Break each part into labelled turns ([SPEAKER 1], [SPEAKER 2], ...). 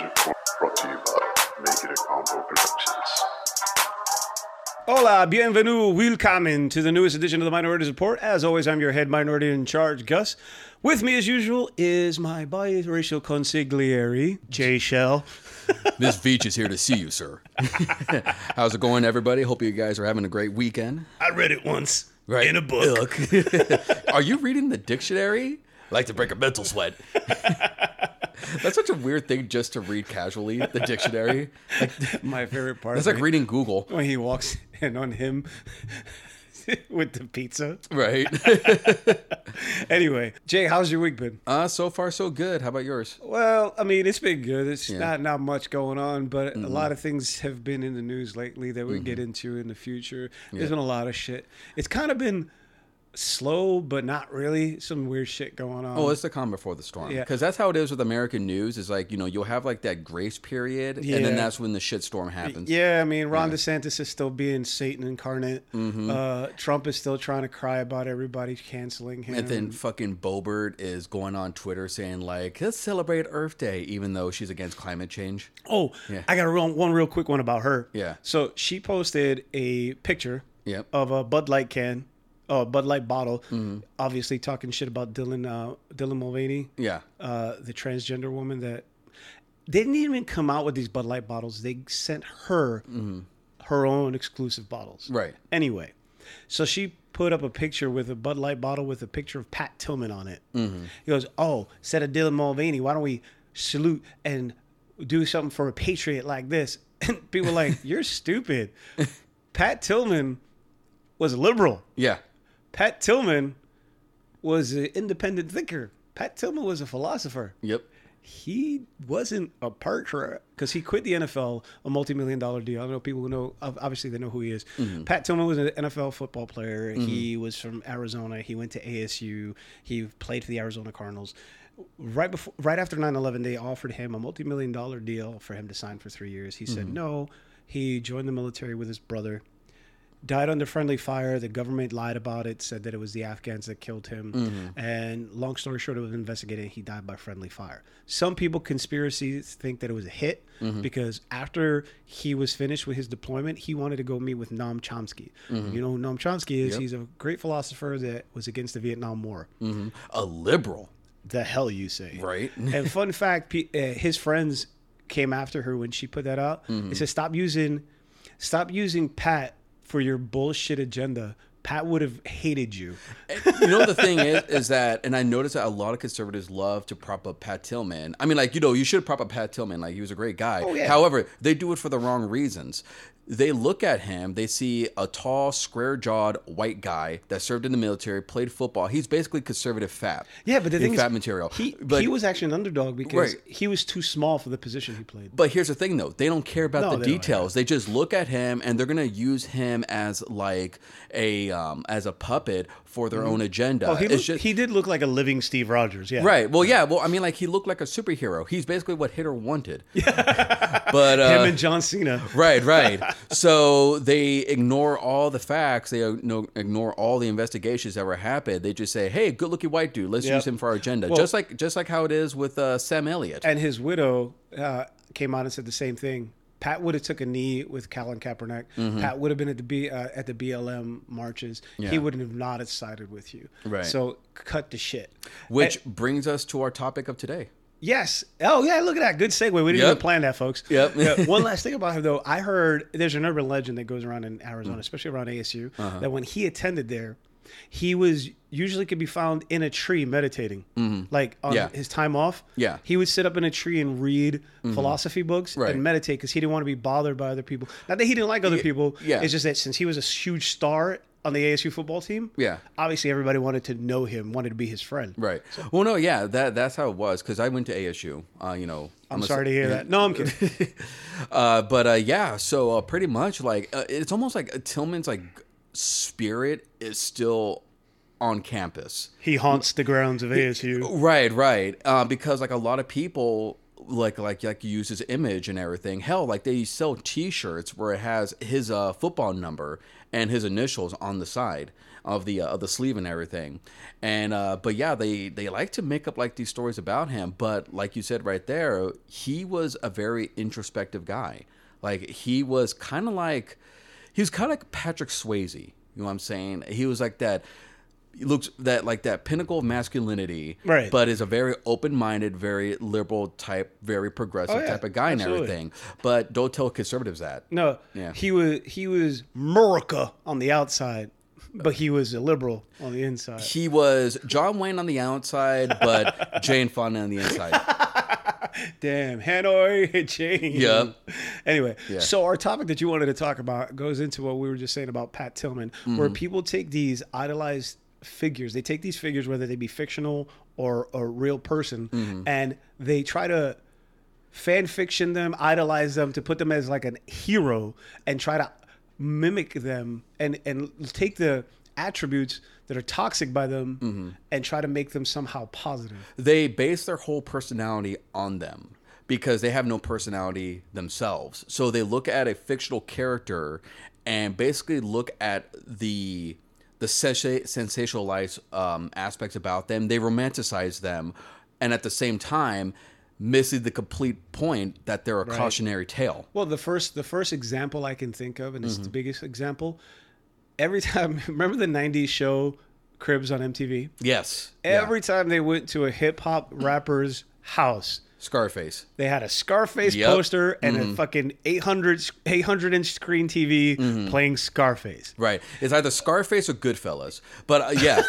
[SPEAKER 1] Brought to you by Make It a Combo Productions.
[SPEAKER 2] Hola, bienvenue, welcome to the newest edition of the Minorities Report. As always, I'm your head minority in charge, Gus. With me, as usual, is my biracial consigliere, Jay Shell.
[SPEAKER 3] Miss Veach is here to see you, sir. How's it going, everybody? Hope you guys are having a great weekend.
[SPEAKER 2] I read it once
[SPEAKER 3] Right.
[SPEAKER 2] in a book.
[SPEAKER 3] Are you reading the dictionary? Like to break a mental sweat. That's such a weird thing just to read casually, the dictionary. Like,
[SPEAKER 2] My favorite part.
[SPEAKER 3] that's like reading Google,
[SPEAKER 2] when he walks in on him with the pizza.
[SPEAKER 3] right?
[SPEAKER 2] Anyway, Jay, how's your week been?
[SPEAKER 3] Uh, so far, so good. How about yours?
[SPEAKER 2] Well, I mean, it's been good. It's not not much going on, but
[SPEAKER 3] Mm-hmm.
[SPEAKER 2] a lot of things have been in the news lately that we get into in the future. There's been a lot of shit. It's kind of been slow, but not really. Some weird shit going on.
[SPEAKER 3] Oh, it's the calm before the storm.
[SPEAKER 2] Yeah.
[SPEAKER 3] Because that's how it is with American news. Is like, you know, you'll have like that grace period, and
[SPEAKER 2] Yeah.
[SPEAKER 3] then that's when the shit storm happens.
[SPEAKER 2] yeah, I mean, Ron DeSantis is still being Satan incarnate.
[SPEAKER 3] Mm-hmm.
[SPEAKER 2] Uh, Trump is still trying to cry about everybody canceling him.
[SPEAKER 3] And then fucking Bobert is going on Twitter saying like, "Let's celebrate Earth Day," even though she's against climate change.
[SPEAKER 2] Oh, I got a real, one real quick one about her.
[SPEAKER 3] Yeah.
[SPEAKER 2] So she posted a picture
[SPEAKER 3] Yep.
[SPEAKER 2] of a Bud Light can, oh, a Bud Light bottle, obviously talking shit about Dylan uh, Dylan Mulvaney,
[SPEAKER 3] Yeah,
[SPEAKER 2] uh, the transgender woman that they didn't even come out with these Bud Light bottles. They sent her her own exclusive bottles.
[SPEAKER 3] right.
[SPEAKER 2] Anyway, so she put up a picture with a Bud Light bottle with a picture of Pat Tillman on it. He goes, "Oh, instead of Dylan Mulvaney, why don't we salute and do something for a patriot like this?" And people were like, "You're stupid." Pat Tillman was a liberal.
[SPEAKER 3] Yeah,
[SPEAKER 2] Pat Tillman was an independent thinker. Pat Tillman was a philosopher.
[SPEAKER 3] yep.
[SPEAKER 2] He wasn't a partner because he quit the NFL, a multi-million dollar deal. I don't know people who know. ob- Obviously, they know who he is. Pat Tillman was an NFL football player. He was from Arizona. He went to ASU. He played for the Arizona Cardinals. Right before, right after 9-11, they offered him a multi-million dollar deal for him to sign for three years. He said no. He joined the military with his brother died under friendly fire. The government lied about it, said that it was the Afghans that killed him. And long story short, it was investigated. He died by friendly fire. Some people conspiracies think that it was a hit because after he was finished with his deployment, he wanted to go meet with Noam Chomsky. You know who Noam Chomsky is? He's a great philosopher that was against the Vietnam War.
[SPEAKER 3] A liberal,
[SPEAKER 2] The hell you say?
[SPEAKER 3] right?
[SPEAKER 2] and fun fact, pe- uh, his friends came after her when she put that out. They said, "Stop using, stop using Pat for your bullshit agenda. Pat would have hated you."
[SPEAKER 3] you know the thing is, is that, and I noticed that a lot of conservatives love to prop up Pat Tillman. I mean, like you know, you should prop up Pat Tillman. Like he was a great guy.
[SPEAKER 2] Oh, yeah.
[SPEAKER 3] However, they do it for the wrong reasons. They look at him, they see a tall, square jawed white guy that served in the military, played football. He's basically conservative fat.
[SPEAKER 2] Yeah, but the
[SPEAKER 3] In
[SPEAKER 2] thing
[SPEAKER 3] fat
[SPEAKER 2] is,
[SPEAKER 3] material.
[SPEAKER 2] He
[SPEAKER 3] but,
[SPEAKER 2] he was actually an underdog because
[SPEAKER 3] Right.
[SPEAKER 2] he was too small for the position he played.
[SPEAKER 3] But here's the thing, though. They don't care about
[SPEAKER 2] No,
[SPEAKER 3] the
[SPEAKER 2] they don't.
[SPEAKER 3] details. They just look at him, and they're gonna use him as like a um, as a puppet for their own agenda.
[SPEAKER 2] Oh, he,
[SPEAKER 3] It's
[SPEAKER 2] looked,
[SPEAKER 3] just-
[SPEAKER 2] he did look like a living Steve Rogers. Yeah,
[SPEAKER 3] right. Well, yeah. Well, I mean, like he looked like a superhero. He's basically what Hitter wanted. but uh,
[SPEAKER 2] Him and John Cena.
[SPEAKER 3] right, right. so they ignore all the facts. They igno- ignore all the investigations that were happened. They just say, "Hey, good-looking white dude. Let's
[SPEAKER 2] Yep.
[SPEAKER 3] use him for our agenda." just like just like how it is with uh, Sam Elliott.
[SPEAKER 2] and his widow uh, came out and said the same thing. Pat would have took a knee with Colin Kaepernick. Pat would have been at the B, uh, at the BLM marches. He wouldn't have not have sided with you.
[SPEAKER 3] Right.
[SPEAKER 2] So cut the shit.
[SPEAKER 3] which brings us to our topic of today.
[SPEAKER 2] Yes. Oh yeah. Look at that. Good segue. We didn't
[SPEAKER 3] Yep.
[SPEAKER 2] even plan that, folks.
[SPEAKER 3] Yep.
[SPEAKER 2] Yeah. One last thing about him though. I heard there's an urban legend that goes around in
[SPEAKER 3] Mm.
[SPEAKER 2] Arizona, especially around ASU,
[SPEAKER 3] Uh-huh.
[SPEAKER 2] that when he attended there, he was usually could be found in a tree meditating, like on
[SPEAKER 3] Mm-hmm. Yeah.
[SPEAKER 2] his time off.
[SPEAKER 3] Yeah. Mm-hmm.
[SPEAKER 2] He would sit up in a tree and read philosophy books
[SPEAKER 3] Right.
[SPEAKER 2] and meditate because he didn't want to be bothered by other people. Not that he didn't like other people.
[SPEAKER 3] yeah.
[SPEAKER 2] It's just that since he was a huge star on the ASU football team,
[SPEAKER 3] Yeah.
[SPEAKER 2] obviously everybody wanted to know him, wanted to be his friend.
[SPEAKER 3] Right. Well, no, yeah, that that's how it was because I went to ASU. Uh, you know,
[SPEAKER 2] I'm sorry to hear that. No, I'm kidding.
[SPEAKER 3] Uh, but uh, yeah, so uh, pretty much like uh, it's almost like Tillman's like spirit is still on campus.
[SPEAKER 2] He haunts the grounds of ASU.
[SPEAKER 3] Right, right. Uh, because like a lot of people like like like use his image and everything. Hell, like they sell T-shirts where it has his uh, football number and his initials on the side of the uh, of the sleeve and everything. And uh, but yeah, they they like to make up like these stories about him. But like you said right there, he was a very introspective guy. Like he was kind of like he was kind of like Patrick Swayze. You know what I'm saying? He was like that. He looks that like that pinnacle of masculinity,
[SPEAKER 2] Right.
[SPEAKER 3] But is a very open-minded, very liberal type, very progressive
[SPEAKER 2] Oh, yeah.
[SPEAKER 3] type of guy
[SPEAKER 2] Absolutely.
[SPEAKER 3] and everything. But don't tell conservatives that.
[SPEAKER 2] No,
[SPEAKER 3] Yeah.
[SPEAKER 2] he was he was Murica on the outside, but he was a liberal on the inside.
[SPEAKER 3] He was John Wayne on the outside, but Jane Fonda on the inside.
[SPEAKER 2] Damn, Hanoi Jane.
[SPEAKER 3] Yep.
[SPEAKER 2] Anyway,
[SPEAKER 3] Yeah.
[SPEAKER 2] so our topic that you wanted to talk about goes into what we were just saying about Pat Tillman, where people take these idolized figures. They take these figures, whether they be fictional or a real person, and they try to fan fiction them, idolize them, to put them as like a hero and try to mimic them and and take the attributes that are toxic by them and try to make them somehow positive.
[SPEAKER 3] they base their whole personality on them because they have no personality themselves. So they look at a fictional character and basically look at the the sensha- sensationalized um, aspects about them. They romanticize them, and at the same time, missing the complete point that they're a cautionary tale.
[SPEAKER 2] Well, the first the first example I can think of, and it's
[SPEAKER 3] Mm-hmm.
[SPEAKER 2] the biggest example. Every time, remember the '90s show Cribs on MTV.
[SPEAKER 3] Yes,
[SPEAKER 2] Every time they went to a hip hop rapper's house,
[SPEAKER 3] Scarface.
[SPEAKER 2] they had a Scarface
[SPEAKER 3] Yep.
[SPEAKER 2] poster and
[SPEAKER 3] Mm-hmm.
[SPEAKER 2] a fucking 800 s- 800 inch screen TV
[SPEAKER 3] Mm-hmm.
[SPEAKER 2] playing Scarface,
[SPEAKER 3] Right, it's either Scarface or Goodfellas, but uh, yeah,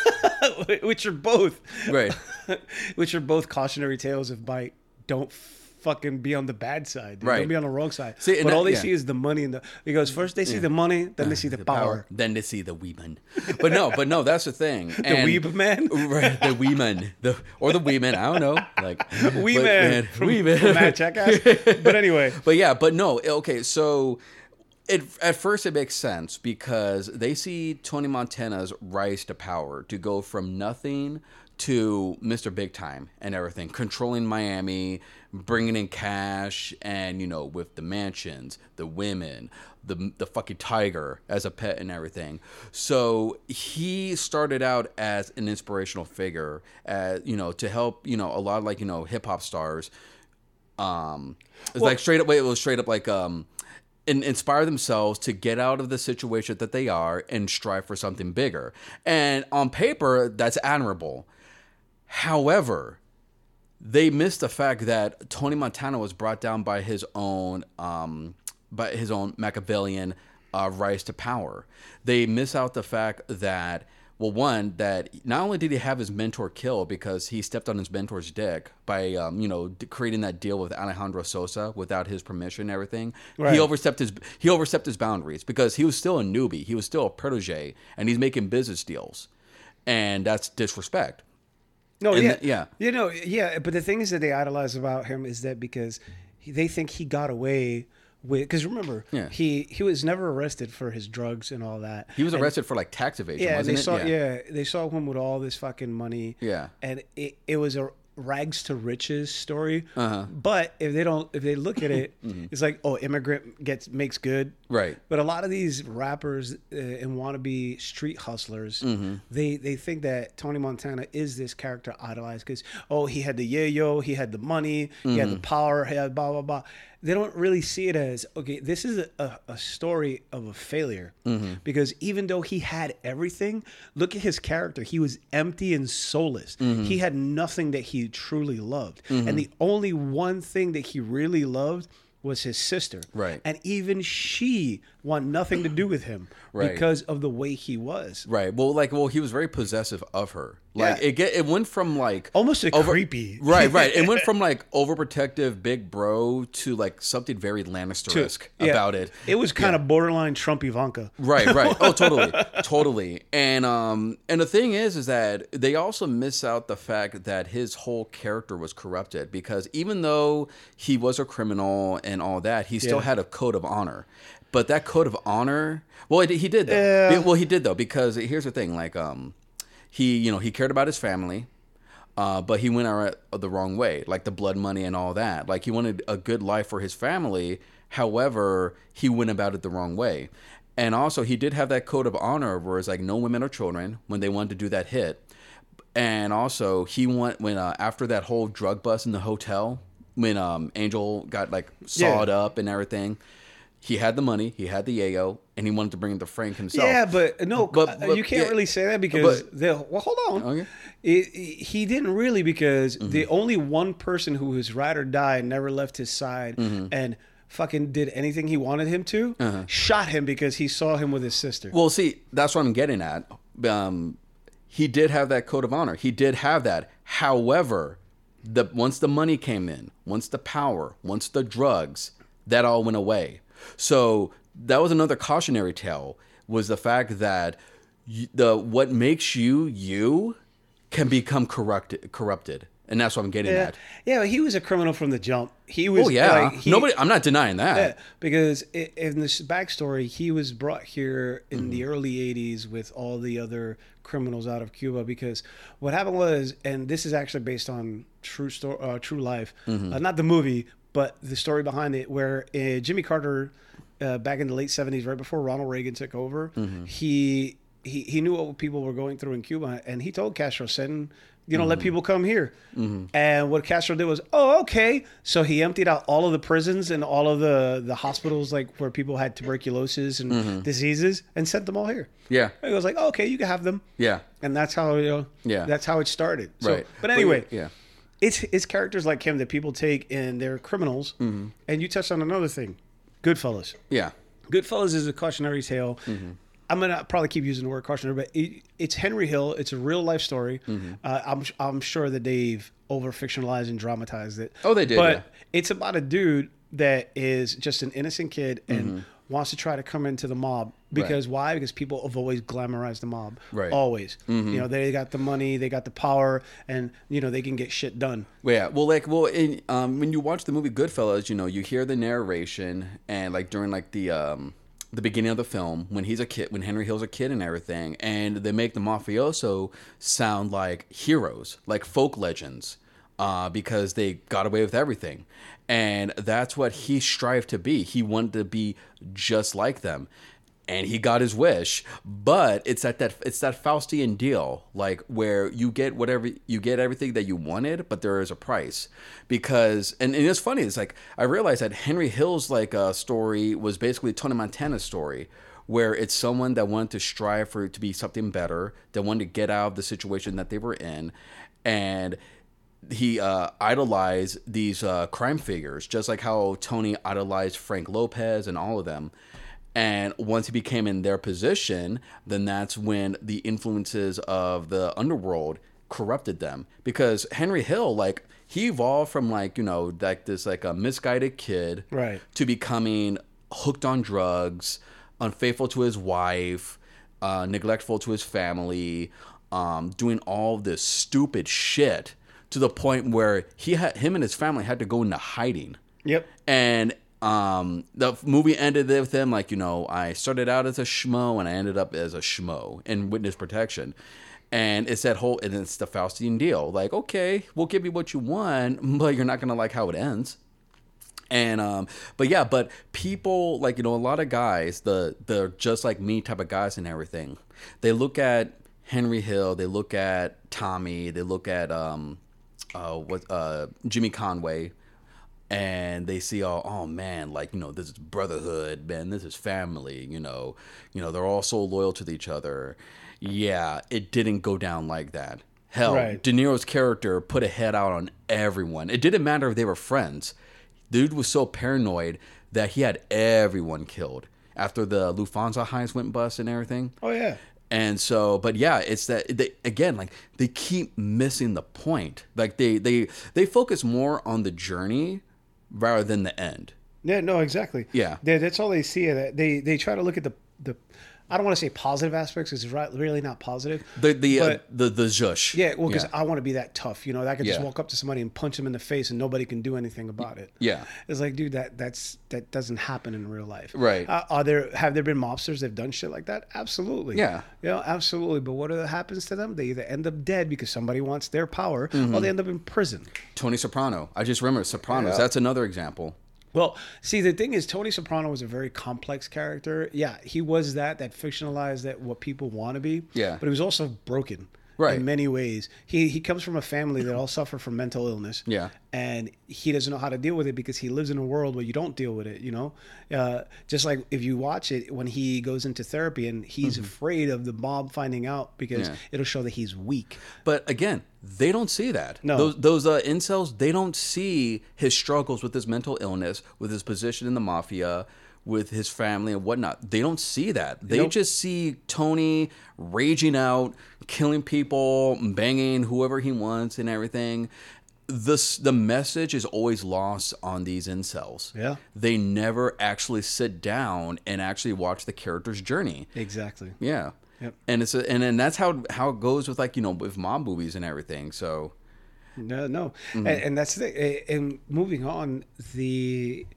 [SPEAKER 2] which are both
[SPEAKER 3] right.
[SPEAKER 2] which are both cautionary tales of bite. Don't fucking be on the bad side. Dude.
[SPEAKER 3] Right.
[SPEAKER 2] Don't be on the wrong side.
[SPEAKER 3] See, and
[SPEAKER 2] but
[SPEAKER 3] that-
[SPEAKER 2] all they
[SPEAKER 3] yeah. Ah,
[SPEAKER 2] see is the money and the. Because first they see the money, then they see the, power.
[SPEAKER 3] Then to see the women. But no, but no, that's the thing. And,
[SPEAKER 2] weeb man?
[SPEAKER 3] Right, the women. The, or the women, I don't know. Like
[SPEAKER 2] We
[SPEAKER 3] but,
[SPEAKER 2] man, from,
[SPEAKER 3] we man.
[SPEAKER 2] from Mad Jackass. but anyway,
[SPEAKER 3] But yeah, but no, okay, so it, at first it makes sense because they see Tony Montana's rise to power to go from nothing to Mr. Big Time and everything, controlling Miami, bringing in cash, and you know, with the mansions, the women, the the fucking tiger as a pet and everything. So he started out as an inspirational figure, uh, you know, to help you know a lot of like you know hip hop stars um it's like straight up it was straight up like um and inspire themselves to get out of the situation that they are and strive for something bigger and on paper that's admirable however they missed the fact that tony montana was brought down by his own um by his own machiavellian uh, rise to power they miss out the fact that well one that not only did he have his mentor killed because he stepped on his mentor's dick by um, you know d- creating that deal with alejandro sosa without his permission and everything
[SPEAKER 2] Right.
[SPEAKER 3] he overstepped his he overstepped his boundaries because he was still a newbie he was still a protege and he's making business deals and that's disrespect
[SPEAKER 2] no,
[SPEAKER 3] And
[SPEAKER 2] yeah,
[SPEAKER 3] the- yeah.
[SPEAKER 2] you know, yeah. But the things that they idolize about him is that because he, they think he got away with. Because remember,
[SPEAKER 3] Yeah.
[SPEAKER 2] he he was never arrested for his drugs and all that.
[SPEAKER 3] He was arrested for like tax evasion,
[SPEAKER 2] yeah, and
[SPEAKER 3] wasn't
[SPEAKER 2] they
[SPEAKER 3] it?
[SPEAKER 2] saw yeah. they saw him with all this fucking money.
[SPEAKER 3] Yeah.
[SPEAKER 2] and it, it was a rags to riches story.
[SPEAKER 3] Uh-huh.
[SPEAKER 2] But if they don't, if they look at it, it's like oh, immigrant gets makes good.
[SPEAKER 3] Mm-hmm. Right.
[SPEAKER 2] But a lot of these rappers uh, and wannabe street hustlers, they they think that Tony Montana is this character idolized because oh he had the yeah yo, he had the money, he had the power, he had blah blah blah. They don't really see it as okay. This is a, a, a story of a failure because even though he had everything, look at his character. He was empty and soulless. He had nothing that he truly loved, and the only one thing that he really loved was his sister.
[SPEAKER 3] Right.
[SPEAKER 2] And even she wanted nothing to do with him
[SPEAKER 3] Right.
[SPEAKER 2] because of the way he was.
[SPEAKER 3] Right. Well, like, well, he was very possessive of her.
[SPEAKER 2] Yeah.
[SPEAKER 3] Like,
[SPEAKER 2] Oh
[SPEAKER 3] it get it went from like
[SPEAKER 2] Almost a creepy.
[SPEAKER 3] Right, right. It went from like overprotective big bro to like something very Lannister-esque
[SPEAKER 2] Yeah.
[SPEAKER 3] about it.
[SPEAKER 2] It was kind of borderline Trump Ivanka.
[SPEAKER 3] Right, right. Oh, totally, totally. And um, and the thing is, is that they also miss out the fact that his whole character was corrupted because even though he was a criminal and all that, he still
[SPEAKER 2] Yeah.
[SPEAKER 3] had a code of honor. But that code of honor, well, it, he did though.
[SPEAKER 2] Yeah.
[SPEAKER 3] Well, he did though because here's the thing, like um, he you know he cared about his family. Uh, but he went out the wrong way, like the blood money and all that. Like he wanted a good life for his family. However, he went about it the wrong way. And also, he did have that code of honor where it's like no women or children when they wanted to do that hit. And also, he went when uh, after that whole drug bust in the hotel when um, Angel got like sawed up and everything. He had the money, he had the yayo, and he wanted to bring it to Frank himself.
[SPEAKER 2] Yeah, but no,
[SPEAKER 3] But-
[SPEAKER 2] uh,
[SPEAKER 3] but-
[SPEAKER 2] you can't
[SPEAKER 3] yeah.
[SPEAKER 2] really say that because
[SPEAKER 3] But-
[SPEAKER 2] they'll. Well, hold on.
[SPEAKER 3] Okay. Mm-hmm.
[SPEAKER 2] It, it- he didn't really because the only one person who was ride or die and never left his side
[SPEAKER 3] Mm-hmm.
[SPEAKER 2] and fucking did anything he wanted him to shot him because he saw him with his sister.
[SPEAKER 3] Uh-huh. Well, see, that's what I'm getting at. Um, he did have that code of honor. He did have that. However, the once the money came in, once the power, once the drugs, that all went away. So that was another cautionary tale was the fact that you, the what makes you you can become corrupted corrupted. And that's what I'm getting
[SPEAKER 2] yeah,
[SPEAKER 3] at.
[SPEAKER 2] yeah, but he was a criminal from the jump. He was.
[SPEAKER 3] Oh yeah.
[SPEAKER 2] like, he-
[SPEAKER 3] Nobody I'm not denying that.
[SPEAKER 2] Yeah, because i- in this backstory, he was brought here in the early 80s with all the other criminals out of Cuba. Because what happened was, and this is actually based on true story, uh, true life, uh, not the movie, but the story behind it, where uh, Jimmy Carter, uh, back in the late 70s, right before Ronald Reagan took over,
[SPEAKER 3] Mm-hmm.
[SPEAKER 2] he. He, he knew what people were going through in Cuba, and he told Castro, "Send you know,
[SPEAKER 3] Mm-hmm.
[SPEAKER 2] let people come here. And what Castro did was, oh, okay. So he emptied out all of the prisons and all of the, the hospitals, like where people had tuberculosis and
[SPEAKER 3] Mm-hmm.
[SPEAKER 2] diseases, and sent them all here.
[SPEAKER 3] Yeah.
[SPEAKER 2] And he was like, oh, okay, you can have them.
[SPEAKER 3] Yeah.
[SPEAKER 2] And that's how you know,
[SPEAKER 3] Yeah.
[SPEAKER 2] that's how it started. So,
[SPEAKER 3] right.
[SPEAKER 2] But anyway,
[SPEAKER 3] yeah.
[SPEAKER 2] it's it's characters like him that people take and they're criminals.
[SPEAKER 3] Mm-hmm.
[SPEAKER 2] And you touched on another thing, Goodfellas.
[SPEAKER 3] Yeah.
[SPEAKER 2] Goodfellas is a cautionary tale.
[SPEAKER 3] Mm-hmm.
[SPEAKER 2] I'm gonna probably keep using the word cautionary, but it, it's Henry Hill. It's a real life story.
[SPEAKER 3] Mm-hmm.
[SPEAKER 2] Uh, I'm I'm sure that they've over fictionalized and dramatized it.
[SPEAKER 3] Oh, they did,
[SPEAKER 2] But
[SPEAKER 3] yeah.
[SPEAKER 2] it's about a dude that is just an innocent kid and
[SPEAKER 3] Mm-hmm.
[SPEAKER 2] wants to try to come into the mob because why? Because people have always glamorized the mob.
[SPEAKER 3] Right. Mm-hmm.
[SPEAKER 2] Always. You know, they got the money, they got the power, and you know they can get shit done.
[SPEAKER 3] Well, yeah. Well, like, well, in, um, when you watch the movie Goodfellas, you know, you hear the narration, and like during like the um, the beginning of the film, when he's a kid, when Henry Hill's a kid and everything, and they make the mafioso sound like heroes, like folk legends, uh, because they got away with everything, and that's what he strived to be. He wanted to be just like them and he got his wish but it's at that it's that faustian deal like where you get whatever you get everything that you wanted but there is a price because and, and it's funny it's like i realized that henry hill's like uh, story was basically tony montana's story where it's someone that wanted to strive for to be something better that wanted to get out of the situation that they were in and he uh, idolized these uh, crime figures, just like how Tony idolized Frank Lopez and all of them. And once he became in their position, then that's when the influences of the underworld corrupted them. Because Henry Hill, like, he evolved from like you know like this like a misguided kid
[SPEAKER 2] Right.
[SPEAKER 3] to becoming hooked on drugs, unfaithful to his wife, uh, neglectful to his family, um, doing all this stupid shit to the point where he had him and his family had to go into hiding.
[SPEAKER 2] Yep.
[SPEAKER 3] And um, the f- movie ended with him like, you know, I started out as a schmo and I ended up as a schmo in witness protection. And it's that whole, and it's the Faustian deal. Like, okay, we'll give you what you want, but you're not gonna like how it ends and um but yeah but people like you know a lot of guys the the just like me type of guys and everything they look at henry hill they look at tommy they look at um uh what uh jimmy conway and they see all oh man like you know this is brotherhood man this is family you know you know they're all so loyal to each other yeah it didn't go down like that hell
[SPEAKER 2] Right.
[SPEAKER 3] De Niro's character put a head out on everyone. It didn't matter if they were friends. Dude was so paranoid that he had everyone killed after the Lufthansa heist went bust and everything.
[SPEAKER 2] Oh yeah.
[SPEAKER 3] And so, but yeah, it's that they again, like they keep missing the point. Like they they they focus more on the journey rather than the end.
[SPEAKER 2] Yeah, no, exactly.
[SPEAKER 3] Yeah.
[SPEAKER 2] They- that's all they see. Of that. They they try to look at the the. I don't want to say positive aspects because it's right, really not positive.
[SPEAKER 3] The the uh,
[SPEAKER 2] But-
[SPEAKER 3] the the zhush.
[SPEAKER 2] yeah, well, because I want to be that tough, you know. that I could just
[SPEAKER 3] Yeah.
[SPEAKER 2] walk up to somebody and punch them in the face, and nobody can do anything about it.
[SPEAKER 3] Yeah.
[SPEAKER 2] it's like, dude, that that's that doesn't happen in real life,
[SPEAKER 3] Right.
[SPEAKER 2] Uh, are there have there been mobsters that've done shit like that? Absolutely.
[SPEAKER 3] Yeah.
[SPEAKER 2] you know, absolutely. But what happens to them? They either end up dead because somebody wants their power,
[SPEAKER 3] Mm-hmm.
[SPEAKER 2] or they end up in prison.
[SPEAKER 3] Tony Soprano. I just remember Sopranos. That's another example.
[SPEAKER 2] Well, see, the thing is, Tony Soprano was a very complex character. Yeah, he was that that fictionalized that what people want to be.
[SPEAKER 3] Yeah.
[SPEAKER 2] but he was also broken.
[SPEAKER 3] Right.
[SPEAKER 2] In many ways, he he comes from a family that all suffer from mental illness.
[SPEAKER 3] Yeah.
[SPEAKER 2] and he doesn't know how to deal with it because he lives in a world where you don't deal with it. You know, uh, just like if you watch it when he goes into therapy and he's afraid of the mob finding out because
[SPEAKER 3] Mm-hmm. Yeah.
[SPEAKER 2] it'll show that he's weak.
[SPEAKER 3] But again, they don't see that.
[SPEAKER 2] No.
[SPEAKER 3] Those those uh, incels, they don't see his struggles with his mental illness, with his position in the mafia, with his family and whatnot. They don't see that. They
[SPEAKER 2] Nope.
[SPEAKER 3] just see Tony raging out, killing people, banging whoever he wants and everything. This the message is always lost on these incels.
[SPEAKER 2] Yeah.
[SPEAKER 3] They never actually sit down and actually watch the character's journey.
[SPEAKER 2] Exactly.
[SPEAKER 3] Yeah.
[SPEAKER 2] Yep.
[SPEAKER 3] And it's a, and then that's how how it goes with like you know with mob movies and everything. So
[SPEAKER 2] No, no,
[SPEAKER 3] Mm-hmm.
[SPEAKER 2] and, and that's the. a- And moving on, the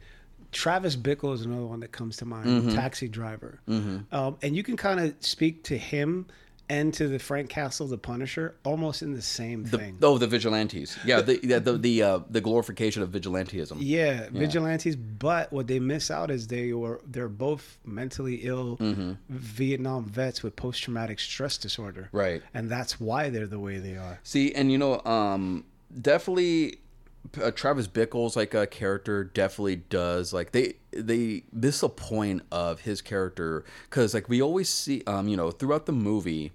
[SPEAKER 2] Travis Bickle is another one that comes to mind.
[SPEAKER 3] Mm-hmm.
[SPEAKER 2] Taxi Driver, um, and you can kind of speak to him and to the Frank Castle, the Punisher, almost in the same thing.
[SPEAKER 3] oh, the vigilantes. Yeah. The yeah, the the, uh, the glorification of vigilantism.
[SPEAKER 2] yeah, vigilantes, but what they miss out is they were they're both mentally ill
[SPEAKER 3] Mm-hmm.
[SPEAKER 2] Vietnam vets with post traumatic stress disorder,
[SPEAKER 3] Right.
[SPEAKER 2] And that's why they're the way they are.
[SPEAKER 3] See, and you know, um, definitely uh, Travis Bickle's like a character definitely does like they they miss the point of his character because like we always see um you know throughout the movie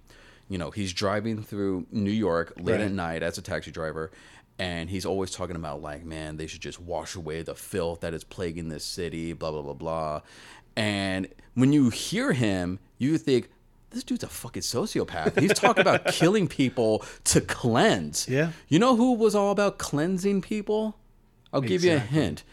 [SPEAKER 3] you know he's driving through New York late at
[SPEAKER 2] Right.
[SPEAKER 3] night as a taxi driver and he's always talking about like man they should just wash away the filth that is plaguing this city blah blah blah blah and when you hear him you think this dude's a fucking sociopath. He's talking about killing people to cleanse.
[SPEAKER 2] Yeah.
[SPEAKER 3] You know who was all about cleansing people? I'll give you a hint.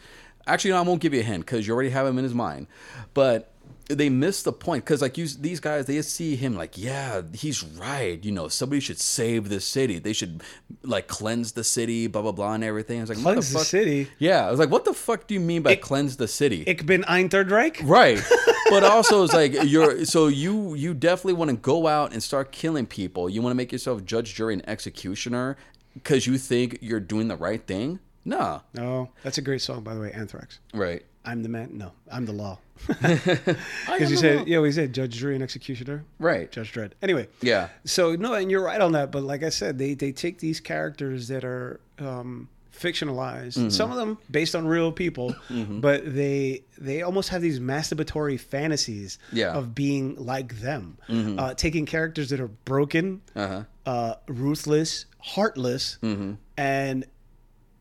[SPEAKER 3] Actually, no, I won't give you a hint because you already have him in his mind. But they miss the point because, like, you, these guys, they see him like, yeah, he's right. You know, somebody should save the city. They should like cleanse the city, blah blah blah, and everything. I was like, what
[SPEAKER 2] Cleanse
[SPEAKER 3] the
[SPEAKER 2] the
[SPEAKER 3] fuck?
[SPEAKER 2] city?
[SPEAKER 3] Yeah, I was like, what the fuck do you mean by cleanse the city?
[SPEAKER 2] Ich bin ein Third Reich.
[SPEAKER 3] Right. But also it's like you're so you you definitely want to go out and start killing people. You want to make yourself judge, jury, and executioner because you think you're doing the right thing? Nah.
[SPEAKER 2] No, that's a great song by the way, Anthrax.
[SPEAKER 3] Right.
[SPEAKER 2] I'm the man. No, I'm the law.
[SPEAKER 3] am
[SPEAKER 2] Because you
[SPEAKER 3] the
[SPEAKER 2] said,
[SPEAKER 3] law.
[SPEAKER 2] yeah, we said judge, jury, and executioner.
[SPEAKER 3] Right.
[SPEAKER 2] Judge Dredd. Anyway.
[SPEAKER 3] Yeah.
[SPEAKER 2] So no, and you're right on that. But like I said, they they take these characters that are um, fictionalized.
[SPEAKER 3] Mm-hmm.
[SPEAKER 2] Some of them based on real people, but they they almost have these masturbatory fantasies
[SPEAKER 3] Yeah. Mm-hmm.
[SPEAKER 2] of being like them. Uh, taking characters that are broken,
[SPEAKER 3] Uh-huh.
[SPEAKER 2] uh ruthless, heartless,
[SPEAKER 3] Mm-hmm.
[SPEAKER 2] and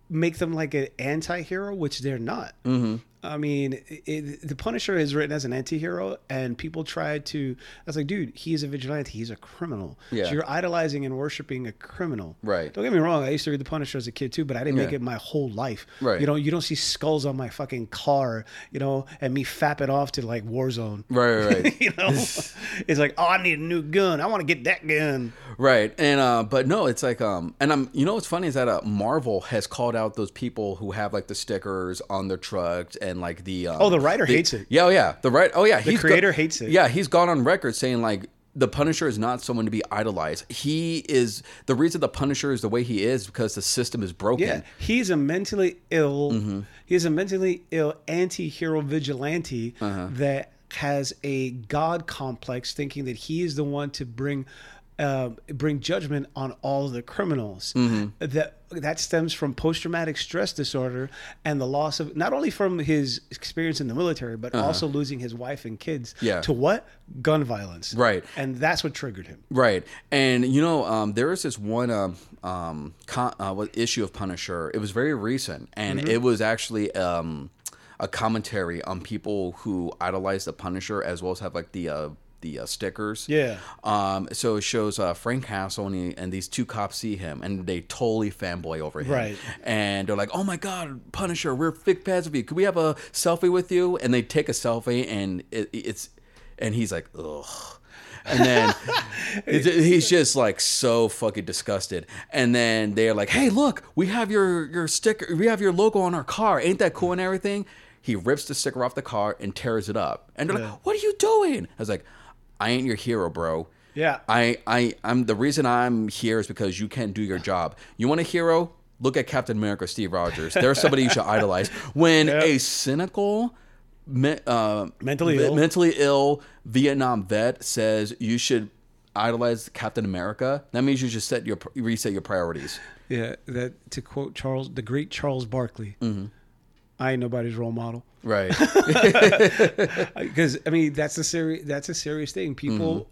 [SPEAKER 2] make them like an anti-hero which they're not
[SPEAKER 3] Mm-hmm.
[SPEAKER 2] i mean it, it, the punisher is written as an anti-hero and people try to i was like dude he's a vigilante he's a criminal
[SPEAKER 3] Yeah.
[SPEAKER 2] so you're idolizing and worshiping a criminal
[SPEAKER 3] Right.
[SPEAKER 2] don't get me wrong i used to read the punisher as a kid too but i didn't make
[SPEAKER 3] Yeah.
[SPEAKER 2] it my whole life
[SPEAKER 3] Right.
[SPEAKER 2] you know you don't see skulls on my fucking car you know and me fapping off to like warzone
[SPEAKER 3] Right, right, right.
[SPEAKER 2] you know it's like oh i need a new gun i want to get that gun
[SPEAKER 3] right. And uh but no, it's like um and I'm you know what's funny is that uh Marvel has called out those people who have like the stickers on their trucks and like the um,
[SPEAKER 2] oh the writer hates it
[SPEAKER 3] Yeah, oh yeah. The right. Oh yeah. The
[SPEAKER 2] creator hates it.
[SPEAKER 3] Yeah, he's gone on record saying like the Punisher is not someone to be idolized. He is the reason the Punisher is the way he is because the system is broken.
[SPEAKER 2] Yeah, he's a mentally ill.
[SPEAKER 3] Mm-hmm.
[SPEAKER 2] He's a mentally ill anti-hero vigilante
[SPEAKER 3] Uh-huh.
[SPEAKER 2] that has a god complex, thinking that he is the one to bring. Uh, bring judgment on all the criminals.
[SPEAKER 3] Mm-hmm.
[SPEAKER 2] That that stems from post traumatic stress disorder and the loss of not only from his experience in the military, but also losing his wife and kids
[SPEAKER 3] Uh-huh. Yeah.
[SPEAKER 2] to what gun violence,
[SPEAKER 3] Right.
[SPEAKER 2] And that's what triggered him.
[SPEAKER 3] Right, and you know, um, there is this one um, um, con- uh, what- issue of Punisher. It was very recent, and
[SPEAKER 2] Mm-hmm.
[SPEAKER 3] it was actually um, a commentary on people who idolize the Punisher as well as have like the uh, the uh, stickers.
[SPEAKER 2] Yeah.
[SPEAKER 3] Um, so it shows uh, Frank Castle and, he, and these two cops see him and they totally fanboy over him.
[SPEAKER 2] Right.
[SPEAKER 3] And they're like, "Oh my God, Punisher, we're thick pads of you. Could we have a selfie with you?" And they take a selfie and it, it's and he's like, "Ugh." And then it's- he's just like so fucking disgusted. And then they're like, "Hey, look, we have your your sticker. We have your logo on our car. Ain't that cool and everything?" He rips the sticker off the car and tears it up. And they're
[SPEAKER 2] Yeah.
[SPEAKER 3] like, "What are you doing?" I was like, "I ain't your hero, bro."
[SPEAKER 2] Yeah.
[SPEAKER 3] I, I, I'm the reason I'm here is because you can't do your job. You want a hero? Look at Captain America, Steve Rogers. There's somebody you should idolize. When a cynical, me, uh,
[SPEAKER 2] Mentally
[SPEAKER 3] vi-
[SPEAKER 2] ill.
[SPEAKER 3] mentally ill Vietnam vet says you should idolize Captain America, that means you should set your reset your priorities.
[SPEAKER 2] Yeah, that to quote Charles, the great Charles Barkley, I ain't nobody's role model.
[SPEAKER 3] Right.
[SPEAKER 2] Because I mean, that's a serious that's a serious thing. People,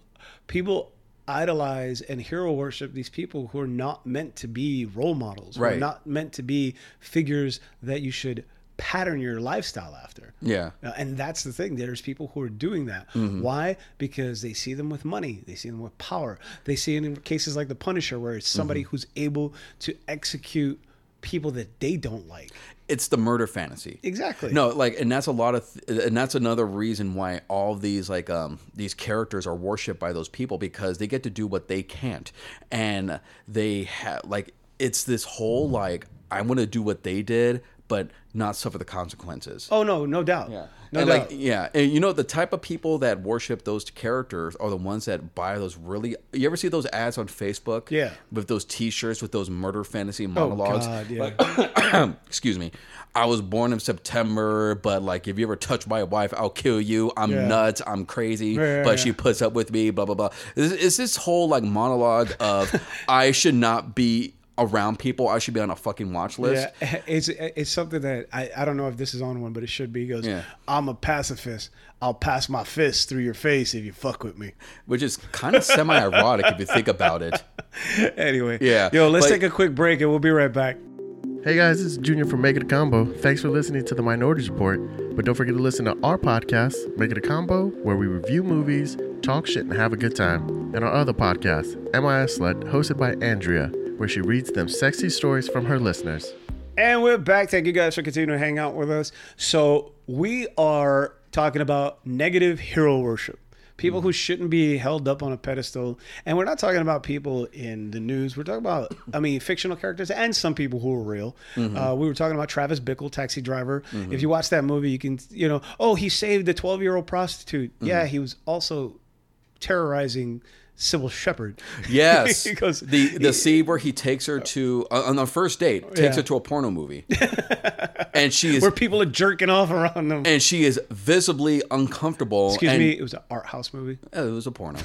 [SPEAKER 2] people idolize and hero worship these people who are not meant to be role models. who are
[SPEAKER 3] Right.
[SPEAKER 2] not meant to be figures that you should pattern your lifestyle after.
[SPEAKER 3] yeah.
[SPEAKER 2] Uh, and that's the thing. There's people who are doing that.
[SPEAKER 3] Mm-hmm.
[SPEAKER 2] Why? Because they see them with money. They see them with power. They see it in cases like The Punisher, where it's somebody
[SPEAKER 3] Mm-hmm.
[SPEAKER 2] who's able to execute people that they don't like.
[SPEAKER 3] It's the murder fantasy.
[SPEAKER 2] Exactly.
[SPEAKER 3] No, like, and that's a lot of, th- and that's another reason why all these like um these characters are worshipped by those people because they get to do what they can't, and they have like it's this whole like I want to do what they did, but not suffer the consequences.
[SPEAKER 2] Oh no, no doubt.
[SPEAKER 3] Yeah.
[SPEAKER 2] No
[SPEAKER 3] and like
[SPEAKER 2] doubt.
[SPEAKER 3] yeah, and you know the type of people that worship those characters are the ones that buy those really. You ever see those ads on Facebook?
[SPEAKER 2] Yeah. Oh,
[SPEAKER 3] with those T-shirts with those murder fantasy monologues.
[SPEAKER 2] God, yeah.
[SPEAKER 3] Like, excuse me. I was born in September, but like if you ever touch my wife, I'll kill you. I'm
[SPEAKER 2] Yeah.
[SPEAKER 3] nuts. I'm crazy,
[SPEAKER 2] Right, right,
[SPEAKER 3] but
[SPEAKER 2] right.
[SPEAKER 3] she puts up with me. Blah blah blah. It's, it's this whole like monologue of I should not be around people. I should be on a fucking watch list.
[SPEAKER 2] yeah, it's it's something that I, I don't know if this is on one, but it should be. He goes,
[SPEAKER 3] Yeah.
[SPEAKER 2] I'm a pacifist. I'll pass my fist through your face if you fuck with me.
[SPEAKER 3] which is kind of semi-ironic if you think about it.
[SPEAKER 2] anyway,
[SPEAKER 3] Yeah,
[SPEAKER 2] Yo, let's
[SPEAKER 3] but-
[SPEAKER 2] take a quick break and we'll be right back.
[SPEAKER 4] Hey guys, this is Junior from Make It a Combo. Thanks for listening to the Minority Report. But don't forget to listen to our podcast, Make It a Combo, where we review movies, talk shit, and have a good time. And our other podcast, MIS Slut, hosted by Andrea, where she reads them sexy stories from her listeners.
[SPEAKER 2] And we're back. Thank you guys for continuing to hang out with us. So, we are talking about negative hero worship. People
[SPEAKER 3] Mm-hmm.
[SPEAKER 2] who shouldn't be held up on a pedestal. And we're not talking about people in the news. We're talking about, I mean, fictional characters and some people who are real.
[SPEAKER 3] Mm-hmm.
[SPEAKER 2] Uh, we were talking about Travis Bickle, Taxi Driver. If you watch that movie, you can, you know, oh, he saved a 12 year old prostitute.
[SPEAKER 3] Mm-hmm.
[SPEAKER 2] Yeah, he was also terrorizing Sybil Shepherd.
[SPEAKER 3] Yes,
[SPEAKER 2] He goes-
[SPEAKER 3] the the scene where he takes her to uh, on the first date, takes
[SPEAKER 2] Yeah.
[SPEAKER 3] her to a porno movie, and she is
[SPEAKER 2] Where people are jerking off around them.
[SPEAKER 3] and she is visibly uncomfortable.
[SPEAKER 2] Excuse
[SPEAKER 3] and-
[SPEAKER 2] me, it was an art house movie.
[SPEAKER 3] Oh, it was a porno.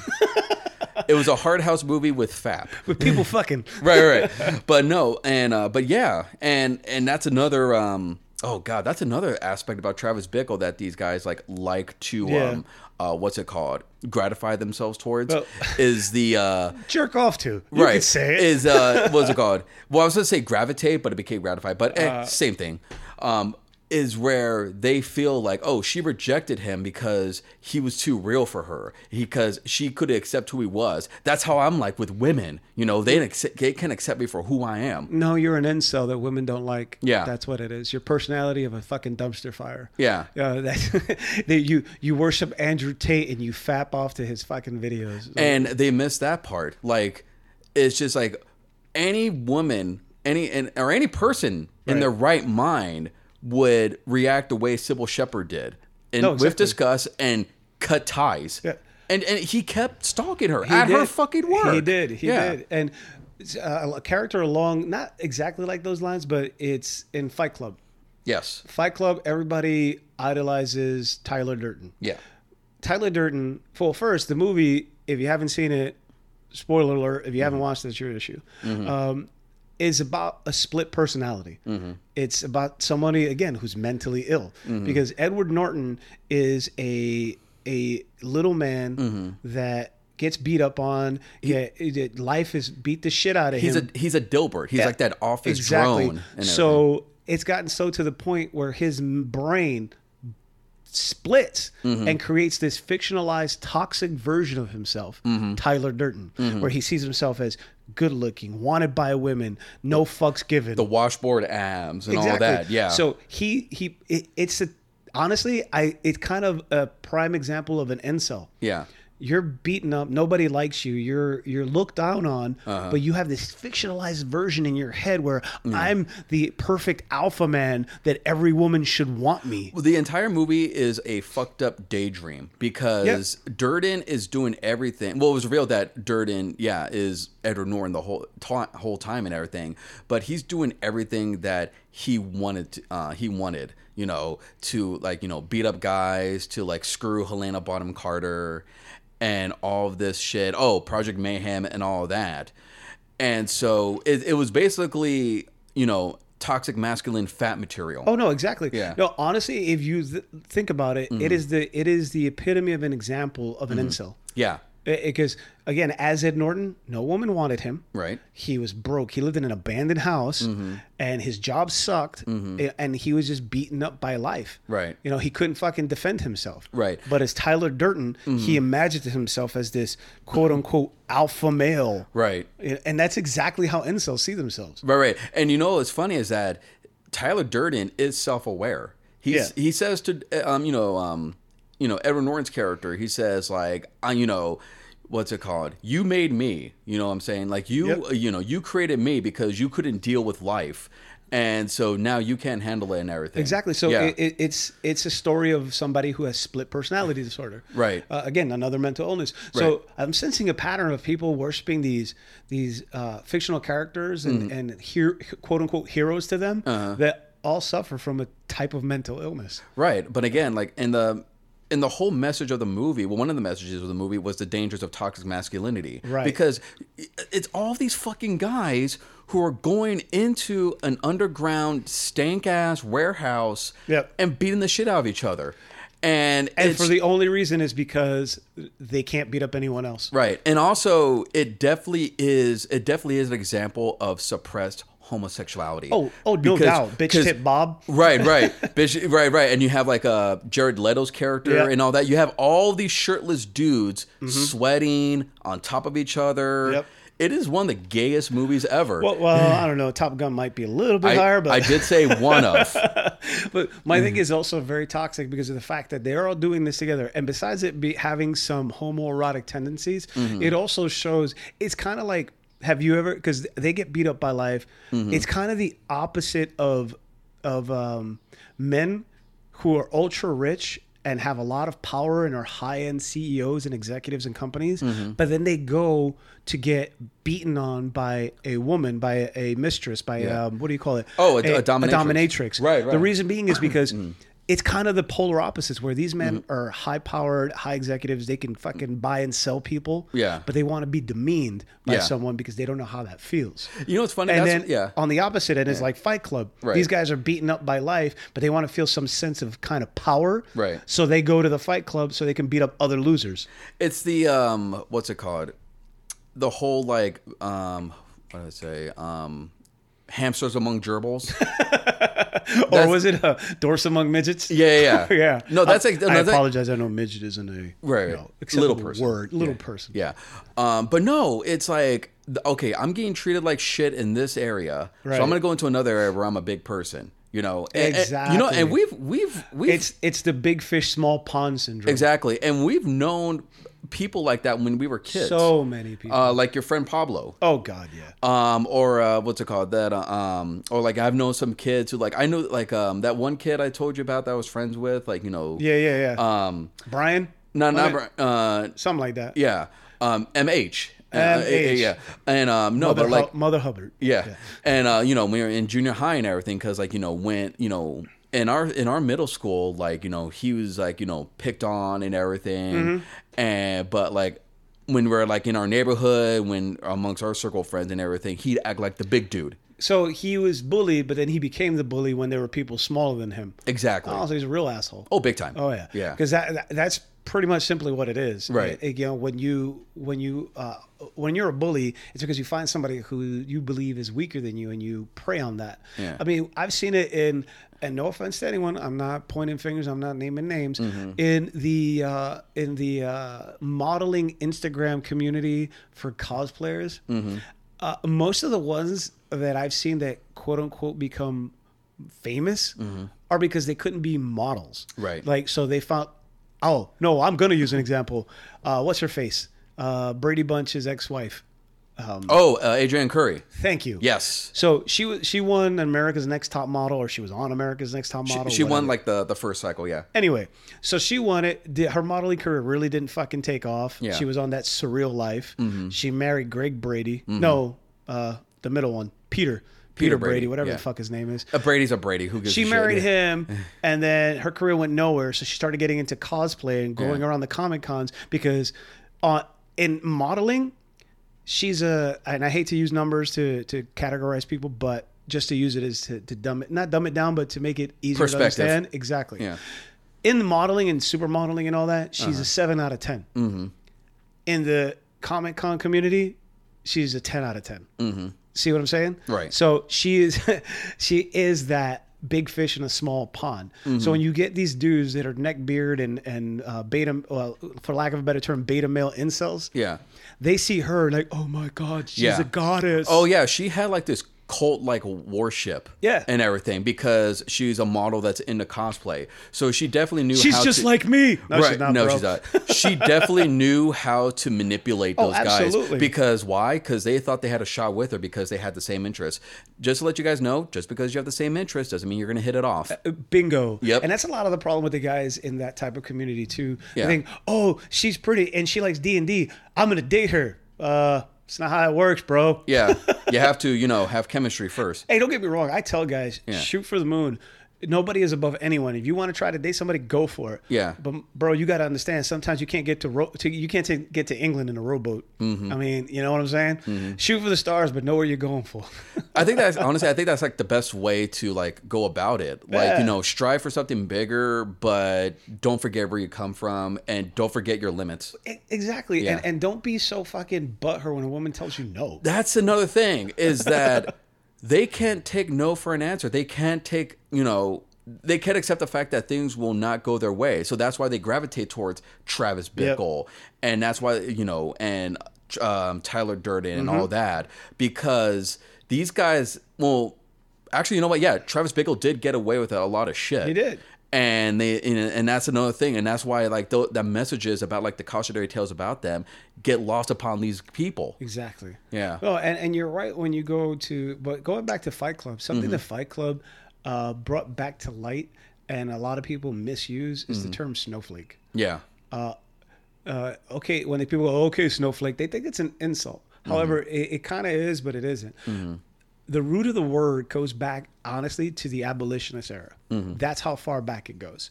[SPEAKER 3] it was a hard house movie with fap.
[SPEAKER 2] with people fucking.
[SPEAKER 3] right, right. right. But no, and uh, but yeah, and and that's another. Um, oh God, that's another aspect about Travis Bickle that these guys like like to.
[SPEAKER 2] Yeah.
[SPEAKER 3] Um, uh, what's it called? Gratify themselves towards
[SPEAKER 2] Well-
[SPEAKER 3] is the uh,
[SPEAKER 2] Jerk off to. You
[SPEAKER 3] right
[SPEAKER 2] could say it.
[SPEAKER 3] is uh, what's it called? Well, I was gonna say gravitate, but it became gratify. But eh,
[SPEAKER 2] Uh.
[SPEAKER 3] same thing. Um, is where they feel like, oh, she rejected him because he was too real for her, because she could accept who he was. That's how I'm like with women. You know,
[SPEAKER 2] Mm.
[SPEAKER 3] they accept, they can accept me for who I am.
[SPEAKER 2] no, you're an incel that women don't like.
[SPEAKER 3] Yeah.
[SPEAKER 2] that's what it is. Your personality of a fucking dumpster fire.
[SPEAKER 3] Yeah.
[SPEAKER 2] yeah. That, that you you worship Andrew Tate and you fap off to his fucking videos.
[SPEAKER 3] and they miss that part. Like it's just like any woman, any and or any person in their right mind would react the way Sybil Shepherd did, and
[SPEAKER 2] No,
[SPEAKER 3] with
[SPEAKER 2] exactly.
[SPEAKER 3] disgust and cut ties.
[SPEAKER 2] Yeah.
[SPEAKER 3] And and he kept stalking her
[SPEAKER 2] He
[SPEAKER 3] at her
[SPEAKER 2] did.
[SPEAKER 3] fucking work.
[SPEAKER 2] He did. He
[SPEAKER 3] Yeah.
[SPEAKER 2] did. And uh, a character along not exactly like those lines, but it's in Fight Club.
[SPEAKER 3] Yes.
[SPEAKER 2] Fight Club. Everybody idolizes Tyler Durden.
[SPEAKER 3] Yeah.
[SPEAKER 2] Tyler Durden. Well, first the movie. If you haven't seen it, spoiler alert. If you
[SPEAKER 3] Mm-hmm.
[SPEAKER 2] haven't watched it, it's your issue. Um, is about a split personality.
[SPEAKER 3] Mm-hmm.
[SPEAKER 2] It's about somebody again who's mentally ill because Edward Norton is a a little man
[SPEAKER 3] Mm-hmm.
[SPEAKER 2] that gets beat up on. yeah, it- life is beat the shit out of
[SPEAKER 3] He's
[SPEAKER 2] him
[SPEAKER 3] a he's a Dilbert. He's like that office drone. and everything.
[SPEAKER 2] so it's gotten so to the point where his m- brain splits
[SPEAKER 3] Mm-hmm.
[SPEAKER 2] and creates this fictionalized toxic version of himself,
[SPEAKER 3] Mm-hmm.
[SPEAKER 2] Tyler Durden, where he sees himself as good looking, wanted by women, no fucks given.
[SPEAKER 3] the washboard abs and all that. Yeah.
[SPEAKER 2] So he he it, it's a honestly I it's kind of a prime example of an incel.
[SPEAKER 3] yeah,
[SPEAKER 2] You're beaten up. Nobody likes you. You're you're looked down on,
[SPEAKER 3] Uh-huh.
[SPEAKER 2] but you have this fictionalized version in your head where
[SPEAKER 3] Mm.
[SPEAKER 2] I'm the perfect alpha man that every woman should want me.
[SPEAKER 3] Well, the entire movie is a fucked up daydream because Durden is doing everything. Well, it was revealed that Durden, yeah, is Edward Norton the whole ta- whole time and everything, but he's doing everything that he wanted. To, uh, he wanted, you know, to like you know beat up guys, to like screw Helena Bonham Carter, and all of this shit. Oh, Project Mayhem and all of that. And so it, it was basically, you know, toxic masculine fat material.
[SPEAKER 2] Oh no, exactly.
[SPEAKER 3] Yeah. Mm.
[SPEAKER 2] No, honestly, if you th- think about it, it is the it is the epitome of an example of an
[SPEAKER 3] Mm-hmm.
[SPEAKER 2] incel.
[SPEAKER 3] Yeah.
[SPEAKER 2] Because again, as Ed Norton, no woman wanted him.
[SPEAKER 3] Right.
[SPEAKER 2] He was broke. He lived in an abandoned house,
[SPEAKER 3] Mm-hmm.
[SPEAKER 2] and his job sucked, a- and he was just beaten up by life.
[SPEAKER 3] Right.
[SPEAKER 2] You know, he couldn't fucking defend himself.
[SPEAKER 3] Right. Mm-hmm.
[SPEAKER 2] But as Tyler Durden, he imagined himself as this quote unquote alpha male.
[SPEAKER 3] Right.
[SPEAKER 2] And that's exactly how incels see themselves.
[SPEAKER 3] Right, right. And you know what's funny is that Tyler Durden is self-aware. He's,
[SPEAKER 2] Yeah.
[SPEAKER 3] He says to um, you know, um, you know, Edward Norton's character. He says like, I, you know, what's it called? You made me. You know what I'm saying? Like you,
[SPEAKER 2] Yep.
[SPEAKER 3] uh, you know, you created me because you couldn't deal with life, and so now you can't handle it and everything.
[SPEAKER 2] Exactly. So
[SPEAKER 3] yeah,
[SPEAKER 2] it, it, it's it's a story of somebody who has split personality disorder.
[SPEAKER 3] Right.
[SPEAKER 2] Uh, again, another mental illness. So I'm sensing a pattern of people worshiping these these uh, fictional characters and
[SPEAKER 3] Mm-hmm.
[SPEAKER 2] and here quote unquote heroes to them
[SPEAKER 3] Uh-huh.
[SPEAKER 2] that all suffer from a type of mental illness.
[SPEAKER 3] right. But again, like in the in the whole message of the movie, well, one of the messages of the movie was the dangers of toxic masculinity.
[SPEAKER 2] Right.
[SPEAKER 3] Because because it's all these fucking guys who are going into an underground stank ass warehouse
[SPEAKER 2] Yep.
[SPEAKER 3] and beating the shit out of each other. And,
[SPEAKER 2] And
[SPEAKER 3] it's,
[SPEAKER 2] for the only reason is because they can't beat up anyone else.
[SPEAKER 3] right. And also it definitely is it definitely is an example of suppressed homosexuality.
[SPEAKER 2] Oh, oh, no
[SPEAKER 3] Because-
[SPEAKER 2] doubt, bitch
[SPEAKER 3] because-
[SPEAKER 2] tip Bob.
[SPEAKER 3] Right, right, bitch, right, right, and you have like uh, Jared Leto's character
[SPEAKER 2] Yeah. Mm-hmm.
[SPEAKER 3] and all that. You have all these shirtless dudes sweating on top of each other.
[SPEAKER 2] Yep.
[SPEAKER 3] It is one of the gayest movies ever.
[SPEAKER 2] Well, well, I don't know. Top Gun might be a little bit
[SPEAKER 3] I,
[SPEAKER 2] higher, but
[SPEAKER 3] I did say one of.
[SPEAKER 2] But my
[SPEAKER 3] Mm.
[SPEAKER 2] thing is also very toxic because of the fact that they're all doing this together. And besides it be having some homoerotic tendencies,
[SPEAKER 3] Mm-hmm.
[SPEAKER 2] it also shows it's kind of like have you ever because they get beat up by life.
[SPEAKER 3] Mm-hmm.
[SPEAKER 2] It's kind of the opposite of of um, men who are ultra rich and have a lot of power and are high end CEOs and executives and companies,
[SPEAKER 3] Mm-hmm.
[SPEAKER 2] but then they go to get beaten on by a woman, by a, mistress, by um, what do you call it?
[SPEAKER 3] Oh, a- a dominatrix.
[SPEAKER 2] dominatrix.
[SPEAKER 3] Right,
[SPEAKER 2] The
[SPEAKER 3] right.
[SPEAKER 2] reason being is because
[SPEAKER 3] Mm.
[SPEAKER 2] it's kind of the polar opposites where these men
[SPEAKER 3] Mm-hmm.
[SPEAKER 2] are high powered, high executives. They can fucking buy and sell people.
[SPEAKER 3] Yeah.
[SPEAKER 2] But they want to be demeaned by
[SPEAKER 3] Yeah.
[SPEAKER 2] someone because they don't know how that feels.
[SPEAKER 3] You know what's funny?
[SPEAKER 2] And
[SPEAKER 3] That's-
[SPEAKER 2] then
[SPEAKER 3] yeah.
[SPEAKER 2] on the opposite end is like Fight Club.
[SPEAKER 3] Right.
[SPEAKER 2] These guys are beaten up by life, but they want to feel some sense of kind of power.
[SPEAKER 3] Right.
[SPEAKER 2] So they go to the Fight Club so they can beat up other losers.
[SPEAKER 3] It's the um what's it called? The whole like um what did I say? Um hamsters among gerbils.
[SPEAKER 2] or was it a Dorse Among Midgets?
[SPEAKER 3] Yeah, yeah. yeah.
[SPEAKER 2] yeah.
[SPEAKER 3] No, that's
[SPEAKER 2] I,
[SPEAKER 3] like
[SPEAKER 2] I
[SPEAKER 3] no, that-
[SPEAKER 2] apologize. I know midget isn't a
[SPEAKER 3] Right,
[SPEAKER 2] you know,
[SPEAKER 3] right.
[SPEAKER 2] acceptable
[SPEAKER 3] Little person.
[SPEAKER 2] word. Little person.
[SPEAKER 3] Yeah. Um but no, it's like th- okay, I'm getting treated like shit in this area. So
[SPEAKER 2] Right.
[SPEAKER 3] I'm going to go into another area where I'm a big person, you know. And- and- you know,
[SPEAKER 2] Exactly.
[SPEAKER 3] and we've we've we've
[SPEAKER 2] It's it's the big fish small pond syndrome.
[SPEAKER 3] exactly. And we've known people like that when we were kids.
[SPEAKER 2] So many people.
[SPEAKER 3] uh like your friend Pablo.
[SPEAKER 2] oh God, yeah.
[SPEAKER 3] um or uh what's it called that uh, um or like i've known some kids who like i know like um that one kid i told you about that i was friends with like you know
[SPEAKER 2] Yeah, yeah, yeah.
[SPEAKER 3] um
[SPEAKER 2] Brian,
[SPEAKER 3] no not
[SPEAKER 2] Brian.
[SPEAKER 3] Bri- uh
[SPEAKER 2] something like that.
[SPEAKER 3] yeah um mh Uh,
[SPEAKER 2] MH.
[SPEAKER 3] yeah and um no
[SPEAKER 2] Mother,
[SPEAKER 3] but like
[SPEAKER 2] Hu- Mother Hubbard.
[SPEAKER 3] yeah. And uh, you know, we were in junior high and everything cuz like, you know, when, you know, in our in our middle school like, you know, he was like, you know, picked on and everything.
[SPEAKER 2] Mm-hmm.
[SPEAKER 3] And but like when we're like in our neighborhood, when amongst our circle of friends and everything, he'd act like the big dude.
[SPEAKER 2] So he was bullied, but then he became the bully when there were people smaller than him.
[SPEAKER 3] Exactly.
[SPEAKER 2] Oh, so he's a real asshole.
[SPEAKER 3] Oh, big time.
[SPEAKER 2] Oh yeah,
[SPEAKER 3] Yeah.
[SPEAKER 2] Because that, that- that's pretty much simply what it is,
[SPEAKER 3] Right.
[SPEAKER 2] Uh, you know, when you when you uh, when you're a bully, it's because you find somebody who you believe is weaker than you and you prey on that.
[SPEAKER 3] Yeah.
[SPEAKER 2] I mean, I've seen it in and no offense to anyone, I'm not pointing fingers, I'm not naming names.
[SPEAKER 3] Mm-hmm.
[SPEAKER 2] In the uh, in the uh, modeling Instagram community for cosplayers, uh, most of the ones that I've seen that quote unquote become famous are because they couldn't be models,
[SPEAKER 3] Mm-hmm. Right.
[SPEAKER 2] Like so they found. Oh no, I'm gonna use an example. Uh, what's her face? Uh, Brady Bunch's ex-wife.
[SPEAKER 3] Oh, uh, Adrian Curry.
[SPEAKER 2] Thank you.
[SPEAKER 3] Yes.
[SPEAKER 2] So she was she won America's Next Top Model, or she was on America's Next Top Model.
[SPEAKER 3] She
[SPEAKER 2] whatever.
[SPEAKER 3] won like the, the first cycle, yeah.
[SPEAKER 2] Anyway, so she won it. Did, her modeling career really didn't fucking take off.
[SPEAKER 3] Yeah.
[SPEAKER 2] She was on that surreal life. She married Greg Brady. No, uh, the middle one, Peter. Peter,
[SPEAKER 3] Peter
[SPEAKER 2] Brady,
[SPEAKER 3] Brady,
[SPEAKER 2] whatever
[SPEAKER 3] yeah.
[SPEAKER 2] the fuck his name is.
[SPEAKER 3] A Uh, Brady's a Brady. Who gives
[SPEAKER 2] She
[SPEAKER 3] a shit?
[SPEAKER 2] married
[SPEAKER 3] Yeah.
[SPEAKER 2] him, and then her career went nowhere. So she started getting into cosplay and going
[SPEAKER 3] Yeah.
[SPEAKER 2] around the comic cons because, uh, in modeling, she's a. And I hate to use numbers to to categorize people, but just to use it as to, to dumb it, not dumb it down, but to make it easier to
[SPEAKER 3] Perspective.
[SPEAKER 2] understand. Exactly.
[SPEAKER 3] Yeah. Uh-huh.
[SPEAKER 2] In the modeling and supermodeling and all that, she's a seven out of 10
[SPEAKER 3] Mm-hmm.
[SPEAKER 2] In the comic con community, she's a ten out of 10 See what I'm saying?
[SPEAKER 3] Mm-hmm. Right.
[SPEAKER 2] So she is she is that big fish in a small pond. So
[SPEAKER 3] Mm-hmm.
[SPEAKER 2] when you get these dudes that are neck beard and and uh, beta, well, for lack of a better term, beta male incels,
[SPEAKER 3] Yeah.
[SPEAKER 2] they see her like, oh my god, she's
[SPEAKER 3] Yeah.
[SPEAKER 2] a goddess.
[SPEAKER 3] Oh yeah, she had like this cult like warship.
[SPEAKER 2] Yeah.
[SPEAKER 3] And everything because she's a model that's into cosplay. So she definitely knew
[SPEAKER 2] she's
[SPEAKER 3] how
[SPEAKER 2] just
[SPEAKER 3] to,
[SPEAKER 2] like me. No,
[SPEAKER 3] right.
[SPEAKER 2] she's not.
[SPEAKER 3] no,
[SPEAKER 2] bro.
[SPEAKER 3] she's not. She definitely knew how to manipulate
[SPEAKER 2] Oh,
[SPEAKER 3] those guys.
[SPEAKER 2] absolutely.
[SPEAKER 3] Because why? Because they thought they had a shot with her because they had the same interest. Just to let you guys know, just because you have the same interest doesn't mean you're gonna hit it off.
[SPEAKER 2] Uh, Bingo.
[SPEAKER 3] Yep.
[SPEAKER 2] And that's a lot of the problem with the guys in that type of community too. They
[SPEAKER 3] Yeah.
[SPEAKER 2] think, oh, she's pretty and she likes D and D. I'm gonna date her. Uh, it's not how it works, bro.
[SPEAKER 3] yeah. You have to, you know, have chemistry first.
[SPEAKER 2] Hey, don't get me wrong. I tell guys, shoot for the moon. Nobody is above anyone. If you want to try to date somebody, go for it.
[SPEAKER 3] Yeah.
[SPEAKER 2] But bro, you got to understand. Sometimes you can't get to, ro- to you can't t- get to England in a rowboat.
[SPEAKER 3] Mm-hmm.
[SPEAKER 2] I mean, you know what I'm saying? Shoot for the stars, but know where you're going for.
[SPEAKER 3] I think that's honestly, I think that's like the best way to like go about it. Like,
[SPEAKER 2] Yeah.
[SPEAKER 3] you know, strive for something bigger, but don't forget where you come from and don't forget your limits.
[SPEAKER 2] E- exactly.
[SPEAKER 3] Yeah.
[SPEAKER 2] And and don't be so fucking butthurt when a woman tells you no.
[SPEAKER 3] That's another thing is that they can't take no for an answer. They can't take, you know, they can't accept the fact that things will not go their way. So that's why they gravitate towards Travis
[SPEAKER 2] Yep.
[SPEAKER 3] Bickle. And that's why, you know, and um, Tyler Durden and
[SPEAKER 2] Mm-hmm.
[SPEAKER 3] all that because these guys, well, actually, you know what? Yeah, Travis Bickle did get away with a lot of shit.
[SPEAKER 2] He did.
[SPEAKER 3] And they and, and that's another thing, and that's why like the, the messages about like the cautionary tales about them get lost upon these people.
[SPEAKER 2] Exactly.
[SPEAKER 3] Yeah.
[SPEAKER 2] Oh, and, and you're right when you go to, but going back to Fight Club, something
[SPEAKER 3] Mm-hmm.
[SPEAKER 2] that Fight Club uh, brought back to light and a lot of people misuse is
[SPEAKER 3] Mm-hmm.
[SPEAKER 2] the term snowflake.
[SPEAKER 3] Yeah,
[SPEAKER 2] Uh, okay, when the people go, okay, snowflake, they think it's an insult. However, it, it kind of is, but it isn't. The root of the word goes back, honestly, to the abolitionist era.
[SPEAKER 3] Mm-hmm.
[SPEAKER 2] That's how far back it goes,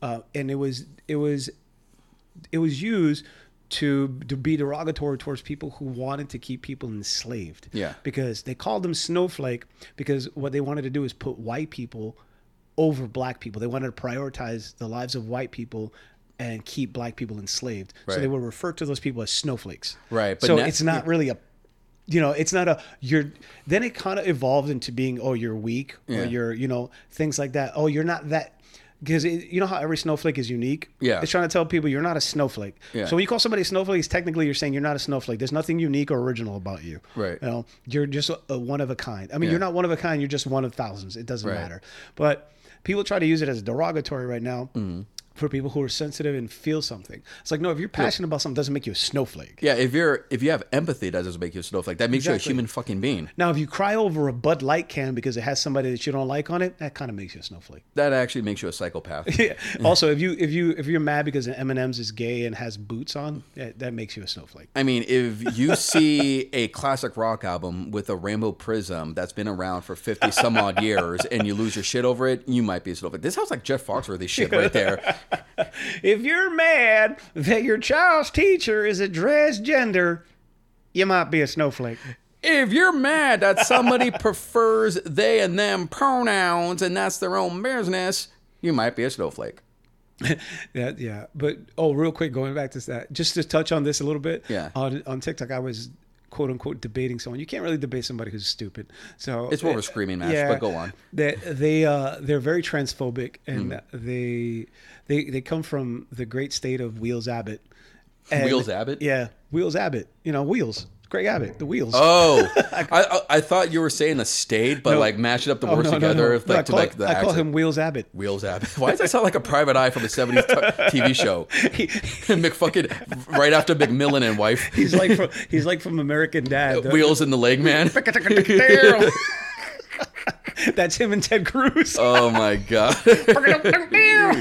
[SPEAKER 2] uh, and it was it was it was used to, to be derogatory towards people who wanted to keep people enslaved.
[SPEAKER 3] Yeah.
[SPEAKER 2] Because they called them snowflake because what they wanted to do is put white people over black people. They wanted to prioritize the lives of white people and keep black people enslaved. So they
[SPEAKER 3] Right.
[SPEAKER 2] would refer to those people as snowflakes.
[SPEAKER 3] Right, but
[SPEAKER 2] so
[SPEAKER 3] na-
[SPEAKER 2] it's not really a you know, it's not a you're then it kind of evolved into being oh you're weak or you're you know things like that. Oh, you're not that because you know how every snowflake is unique.
[SPEAKER 3] Yeah.
[SPEAKER 2] it's trying to tell people you're not a snowflake.
[SPEAKER 3] Yeah.
[SPEAKER 2] So when you call somebody a snowflake, it's technically you're saying you're not a snowflake. There's nothing unique or original about you.
[SPEAKER 3] Right.
[SPEAKER 2] You know, you're just a, a one of a kind. I mean,
[SPEAKER 3] Yeah.
[SPEAKER 2] you're not one of a kind. You're just one of thousands. It doesn't
[SPEAKER 3] Right.
[SPEAKER 2] matter. But people try to use it as derogatory right now.
[SPEAKER 3] Mm-hmm.
[SPEAKER 2] For people who are sensitive and feel something, it's like no. If you're passionate about something, it doesn't make you a snowflake.
[SPEAKER 3] yeah. If you're if you have empathy, that doesn't make you a snowflake. That makes you
[SPEAKER 2] Exactly.
[SPEAKER 3] a human fucking being.
[SPEAKER 2] Now, if you cry over a Bud Light can because it has somebody that you don't like on it, that kind of makes you a snowflake.
[SPEAKER 3] That actually makes you a psychopath.
[SPEAKER 2] Yeah. also, if you if you if you're mad because M&M's is gay and has boots on, that, that makes you a snowflake.
[SPEAKER 3] I mean, if you see a classic rock album with a rainbow prism that's been around for fifty some odd years, and you lose your shit over it, you might be a snowflake. This sounds like Jeff Foxworthy shit right there.
[SPEAKER 2] If you're mad that your child's teacher is a transgender, you might be a snowflake.
[SPEAKER 3] If you're mad that somebody prefers they and them pronouns and that's their own business, you might be a snowflake.
[SPEAKER 2] Yeah, yeah. But oh, real quick, going back to that, just to touch on this a little bit.
[SPEAKER 3] Yeah.
[SPEAKER 2] On on TikTok, I was quote unquote debating someone. You can't really debate somebody who's stupid. So
[SPEAKER 3] It's more of a screaming match, but go on. Hmm.
[SPEAKER 2] That they uh, they're very transphobic and they they they come from the great state of Wheels Abbott. And-
[SPEAKER 3] Wheels Abbott?
[SPEAKER 2] Yeah, Wheels Abbott. You know, Wheels. Greg Abbott, the Wheels.
[SPEAKER 3] Oh, I, I I thought you were saying a state, but like mashing up the
[SPEAKER 2] Oh,
[SPEAKER 3] words
[SPEAKER 2] no, no,
[SPEAKER 3] together
[SPEAKER 2] no.
[SPEAKER 3] Like,
[SPEAKER 2] No, I
[SPEAKER 3] to
[SPEAKER 2] call-
[SPEAKER 3] make the
[SPEAKER 2] I call
[SPEAKER 3] accent.
[SPEAKER 2] him Wheels Abbott.
[SPEAKER 3] Wheels Abbott. Why does that sound like a private eye from a '70s t- TV show? McFucking right after McMillan and wife.
[SPEAKER 2] He's like from he's like from American Dad. The-
[SPEAKER 3] Wheels in the leg, man.
[SPEAKER 2] That's him and Ted Cruz.
[SPEAKER 3] Oh my god.
[SPEAKER 2] there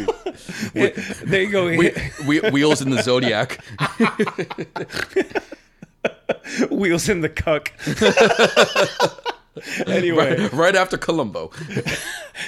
[SPEAKER 2] you go.
[SPEAKER 3] We, we, wheels in the zodiac.
[SPEAKER 2] Wheels in the cuck. anyway,
[SPEAKER 3] right after Columbo.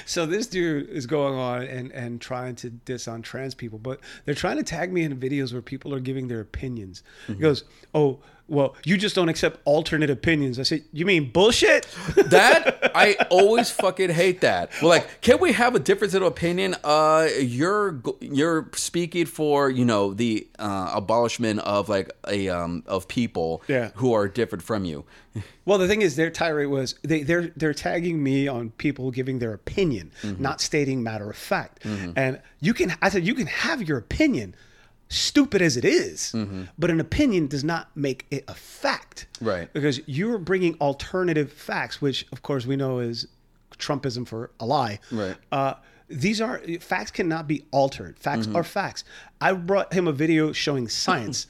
[SPEAKER 2] so this dude is going on and and trying to diss on trans people, but they're trying to tag me in videos where people are giving their opinions. He goes, "Oh, well, you just don't accept alternate opinions." I said, "You mean bullshit?"
[SPEAKER 3] That I always fucking hate that. Well, like, can we have a difference in opinion? Uh, you're go- you're speaking for you know the uh, abolishment of like a um of people
[SPEAKER 2] Yeah.
[SPEAKER 3] who are different from you.
[SPEAKER 2] Well, the thing is, their tirade was they, they're they're tagging me on people giving their opinion, not stating matter of fact. And you can, I said, you can have your opinion, stupid as it is, but an opinion does not make it a fact,
[SPEAKER 3] Right.
[SPEAKER 2] Because you're bringing alternative facts, which of course we know is Trumpism for a lie,
[SPEAKER 3] Right.
[SPEAKER 2] uh, these are facts cannot be altered. Facts
[SPEAKER 3] Mm-hmm.
[SPEAKER 2] are facts. I brought him a video showing science,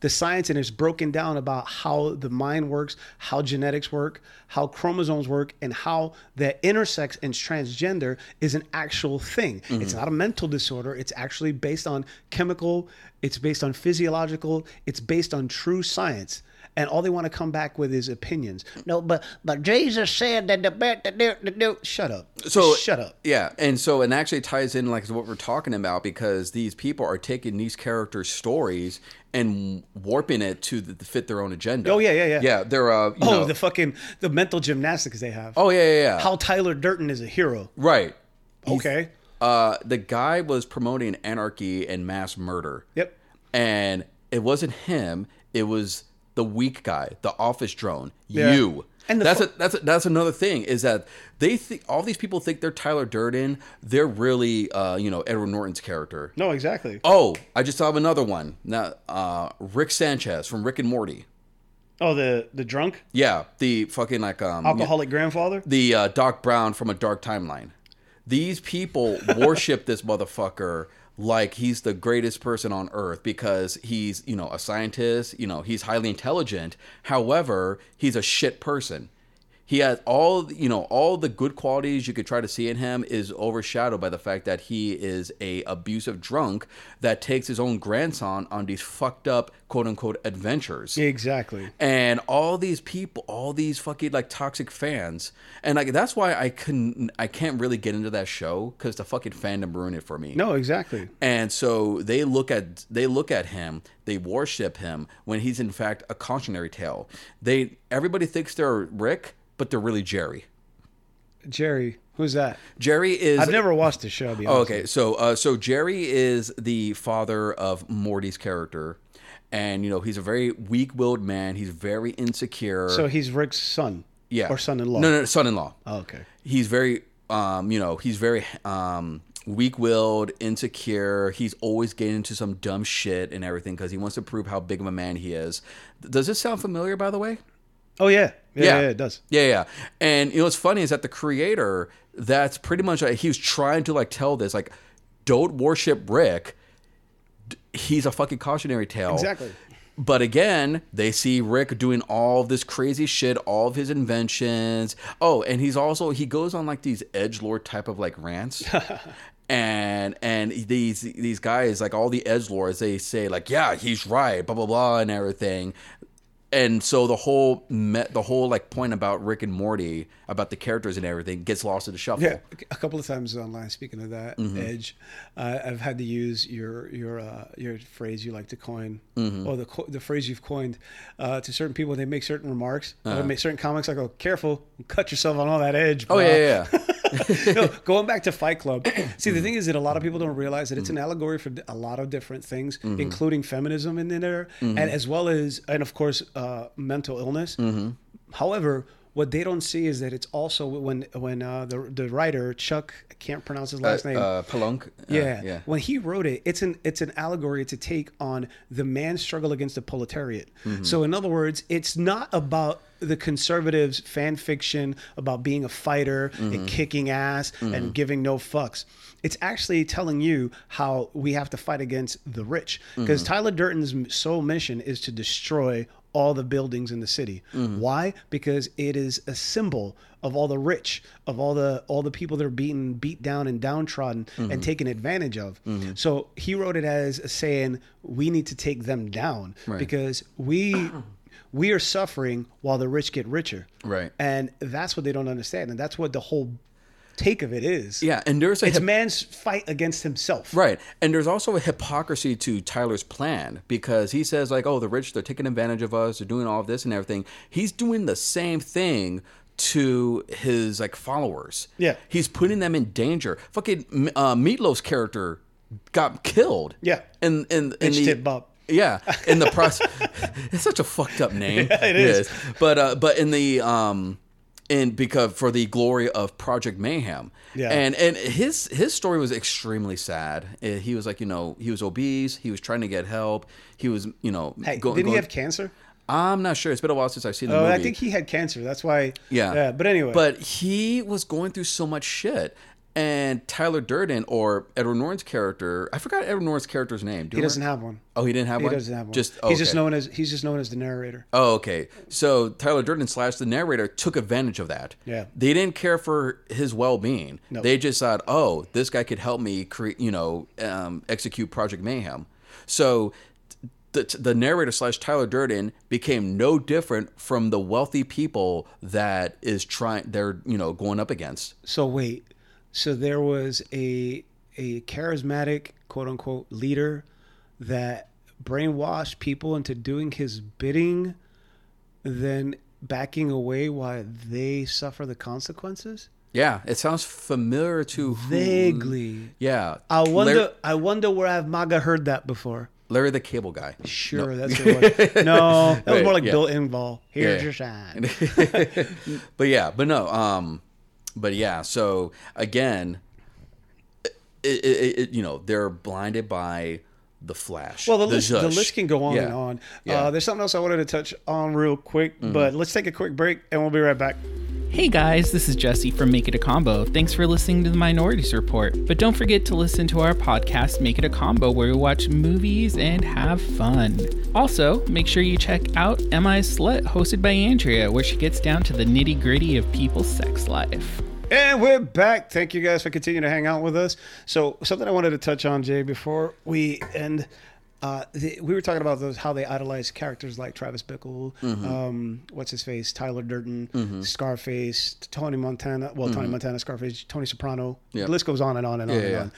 [SPEAKER 2] the science, and it's broken down about how the mind works, how genetics work, how chromosomes work, and how that intersex and transgender is an actual thing. It's
[SPEAKER 3] Mm-hmm.
[SPEAKER 2] not a mental disorder. It's actually based on chemical. It's based on physiological. It's based on true science. And all they want to come back with is opinions. No, but but Jesus said that the bet the do the do. Shut up.
[SPEAKER 3] So
[SPEAKER 2] shut up.
[SPEAKER 3] Yeah, and so it actually ties in like to what we're talking about because these people are taking these characters' stories and warping it to the, to fit their own agenda.
[SPEAKER 2] Oh, yeah, yeah, yeah.
[SPEAKER 3] Yeah, they're uh, you
[SPEAKER 2] Oh,
[SPEAKER 3] know-
[SPEAKER 2] the fucking the mental gymnastics they have.
[SPEAKER 3] oh yeah, yeah, yeah.
[SPEAKER 2] How Tyler Durden is a hero.
[SPEAKER 3] right.
[SPEAKER 2] okay.
[SPEAKER 3] Uh, the guy was promoting anarchy and mass murder.
[SPEAKER 2] Yep.
[SPEAKER 3] And it wasn't him. It was the weak guy, the office drone.
[SPEAKER 2] Yeah.
[SPEAKER 3] You.
[SPEAKER 2] And
[SPEAKER 3] And
[SPEAKER 2] the
[SPEAKER 3] that's
[SPEAKER 2] fu-
[SPEAKER 3] a, that's a, that's another thing is that they think all these people think they're Tyler Durden. They're really uh, you know Edward Norton's character.
[SPEAKER 2] No, exactly.
[SPEAKER 3] Oh, I just saw another one. Now, uh, Rick Sanchez from Rick and Morty.
[SPEAKER 2] Oh, the the drunk
[SPEAKER 3] Yeah, the fucking like um,
[SPEAKER 2] alcoholic grandfather.
[SPEAKER 3] the uh, Doc Brown from a dark timeline. These people worship this motherfucker like he's the greatest person on earth because he's you know a scientist. You know he's highly intelligent. However, he's a shit person. He has all you know all the good qualities you could try to see in him is overshadowed by the fact that he is a abusive drunk that takes his own grandson on these fucked up quote unquote adventures
[SPEAKER 2] Exactly.
[SPEAKER 3] and all these people all these fucking like toxic fans and like that's why i couldn't i can't really get into that show because the fucking fandom ruined it for me
[SPEAKER 2] No, exactly.
[SPEAKER 3] and so they look at they look at him they worship him when he's in fact a cautionary tale they everybody thinks they're rick but they're really jerry
[SPEAKER 2] Jerry, who's that?
[SPEAKER 3] jerry is
[SPEAKER 2] I've never watched the show. I'll be
[SPEAKER 3] Oh,
[SPEAKER 2] honest.
[SPEAKER 3] okay, so uh, so Jerry is the father of Morty's character, and you know he's a very weak-willed man. He's very insecure.
[SPEAKER 2] So he's Rick's son.
[SPEAKER 3] yeah,
[SPEAKER 2] Or son-in-law.
[SPEAKER 3] No, no, son-in-law.
[SPEAKER 2] Oh, okay.
[SPEAKER 3] He's very, um, you know, he's very um, weak-willed, insecure. He's always getting into some dumb shit and everything because he wants to prove how big of a man he is. Does this sound familiar, by the way?
[SPEAKER 2] Oh yeah. Yeah, yeah.
[SPEAKER 3] Yeah.
[SPEAKER 2] yeah, it does.
[SPEAKER 3] Yeah, yeah. And you know what's funny is that the creator, that's pretty much like, he was trying to like tell this like, don't worship Rick. D- He's a fucking cautionary tale.
[SPEAKER 2] Exactly.
[SPEAKER 3] But again, they see Rick doing all this crazy shit, all of his inventions. Oh, and he's also he goes on like these edge lord type of like rants. and and these these guys like all the edge lords they say like yeah he's right blah blah blah and everything and so the whole me- the whole like point about Rick and Morty about the characters and everything gets lost in the shuffle.
[SPEAKER 2] Yeah, a couple of times online. Speaking of that,
[SPEAKER 3] Mm-hmm.
[SPEAKER 2] Edge, uh, I've had to use your your uh, your phrase you like to coin,
[SPEAKER 3] Mm-hmm.
[SPEAKER 2] or the co- the phrase you've coined uh, to certain people. They make certain remarks, or they make certain comments. I go, careful, cut yourself on all that edge.
[SPEAKER 3] Uh-huh. Oh
[SPEAKER 2] brah."
[SPEAKER 3] yeah, yeah. yeah.
[SPEAKER 2] no, going back to Fight Club. See, the thing is that a lot of people don't realize that it's an allegory for a lot of different things,
[SPEAKER 3] Mm-hmm.
[SPEAKER 2] including feminism in there, and as well as, and of course, uh, mental illness.
[SPEAKER 3] Mm-hmm.
[SPEAKER 2] However, what they don't see is that it's also when when uh, the the writer Chuck, I can't pronounce his last name.
[SPEAKER 3] Uh, Palunk. Uh,
[SPEAKER 2] Yeah.
[SPEAKER 3] yeah.
[SPEAKER 2] When he wrote it, it's an it's an allegory to take on the man's struggle against the proletariat.
[SPEAKER 3] Mm-hmm.
[SPEAKER 2] So in other words, it's not about the conservatives fan fiction about being a fighter
[SPEAKER 3] Mm-hmm.
[SPEAKER 2] and kicking ass and giving no fucks. It's actually telling you how we have to fight against the rich because
[SPEAKER 3] Mm-hmm.
[SPEAKER 2] Tyler Durden's sole mission is to destroy all the buildings in the city.
[SPEAKER 3] Mm.
[SPEAKER 2] Why? Because it is a symbol of all the rich, of all the all the people that are beaten, beat down, and downtrodden,
[SPEAKER 3] Mm-hmm.
[SPEAKER 2] and taken advantage of. So he wrote it as saying, "We need to take them down because we." We are suffering while the rich get richer.
[SPEAKER 3] Right.
[SPEAKER 2] And that's what they don't understand. And that's what the whole take of it is.
[SPEAKER 3] Yeah, and there's a
[SPEAKER 2] It's
[SPEAKER 3] hip-
[SPEAKER 2] man's fight against himself.
[SPEAKER 3] Right. And there's also a hypocrisy to Tyler's plan because he says, like, oh, the rich, they're taking advantage of us, they're doing all this and everything. He's doing the same thing to his, like, followers.
[SPEAKER 2] Yeah.
[SPEAKER 3] He's putting them in danger. Fucking uh, Meatloaf's character got killed.
[SPEAKER 2] Yeah.
[SPEAKER 3] And, and, and
[SPEAKER 2] Bitch tit bop.
[SPEAKER 3] yeah, in the process, it's such a fucked up name.
[SPEAKER 2] it is.
[SPEAKER 3] But uh, but in the um, in because for the glory of Project Mayhem.
[SPEAKER 2] Yeah.
[SPEAKER 3] And and his his story was extremely sad. Uh, He was like you know he was obese. He was trying to get help. He was you know
[SPEAKER 2] Hey,
[SPEAKER 3] go-
[SPEAKER 2] didn't
[SPEAKER 3] going-
[SPEAKER 2] he have cancer?
[SPEAKER 3] I'm not sure. It's been a while since I've seen the
[SPEAKER 2] Oh,
[SPEAKER 3] movie.
[SPEAKER 2] I think he had cancer. That's why.
[SPEAKER 3] Yeah.
[SPEAKER 2] But anyway.
[SPEAKER 3] But he was going through so much shit. And Tyler Durden or Edward Norton's character, I forgot Edward Norton's character's name. Do
[SPEAKER 2] he
[SPEAKER 3] you
[SPEAKER 2] doesn't
[SPEAKER 3] remember?
[SPEAKER 2] have one.
[SPEAKER 3] Oh, he didn't have
[SPEAKER 2] He
[SPEAKER 3] one.
[SPEAKER 2] doesn't have one.
[SPEAKER 3] Just oh,
[SPEAKER 2] he's just
[SPEAKER 3] okay.
[SPEAKER 2] known as he's just known as the narrator.
[SPEAKER 3] Oh, okay. So Tyler Durden slash the narrator took advantage of that.
[SPEAKER 2] Yeah.
[SPEAKER 3] They didn't care for his well being. They just thought, oh, this guy could help me create, you know, um, execute Project Mayhem. So the, the narrator slash Tyler Durden became no different from the wealthy people that is trying, they're, you know, going up against.
[SPEAKER 2] So wait, so there was a a charismatic quote unquote leader that brainwashed people into doing his bidding, then backing away while they suffer the consequences.
[SPEAKER 3] Yeah. It sounds familiar to who-
[SPEAKER 2] Vaguely.
[SPEAKER 3] Yeah.
[SPEAKER 2] I wonder.
[SPEAKER 3] Larry,
[SPEAKER 2] I wonder where I've MAGA heard that before.
[SPEAKER 3] Larry the Cable Guy.
[SPEAKER 2] Sure, that's what it was. No, that was
[SPEAKER 3] Wait,
[SPEAKER 2] more like
[SPEAKER 3] yeah.
[SPEAKER 2] Bill Engvall. Here's
[SPEAKER 3] Yeah.
[SPEAKER 2] your shine.
[SPEAKER 3] but yeah, but no, um, but yeah. So again, it, it, it, you know they're blinded by the flash.
[SPEAKER 2] Well, the, list, the
[SPEAKER 3] zhuzh.
[SPEAKER 2] list can go on
[SPEAKER 3] Yeah.
[SPEAKER 2] and on.
[SPEAKER 3] Yeah. Mm-hmm.
[SPEAKER 2] Uh, there's something else I wanted to touch on real quick, but let's take a quick break and we'll be right back.
[SPEAKER 5] Hey guys, this is Jesse from Make It a Combo. Thanks for listening to the Minorities Report. But don't forget to listen to our podcast, Make It a Combo, where we watch movies and have fun. Also, make sure you check out Am I a Slut, hosted by Andrea, where she gets down to the nitty gritty of people's sex life.
[SPEAKER 2] And we're back. Thank you guys for continuing to hang out with us. So, something I wanted to touch on, Jay, before we end. Uh, the, we were talking about those how they idolize characters like Travis Bickle,
[SPEAKER 3] Mm-hmm.
[SPEAKER 2] um, what's his face, Tyler Durden, Scarface, Tony Montana. Well, Tony Montana, Scarface, Tony Soprano. The list goes on and on and on
[SPEAKER 3] Mm-hmm. Yeah, yeah.
[SPEAKER 2] and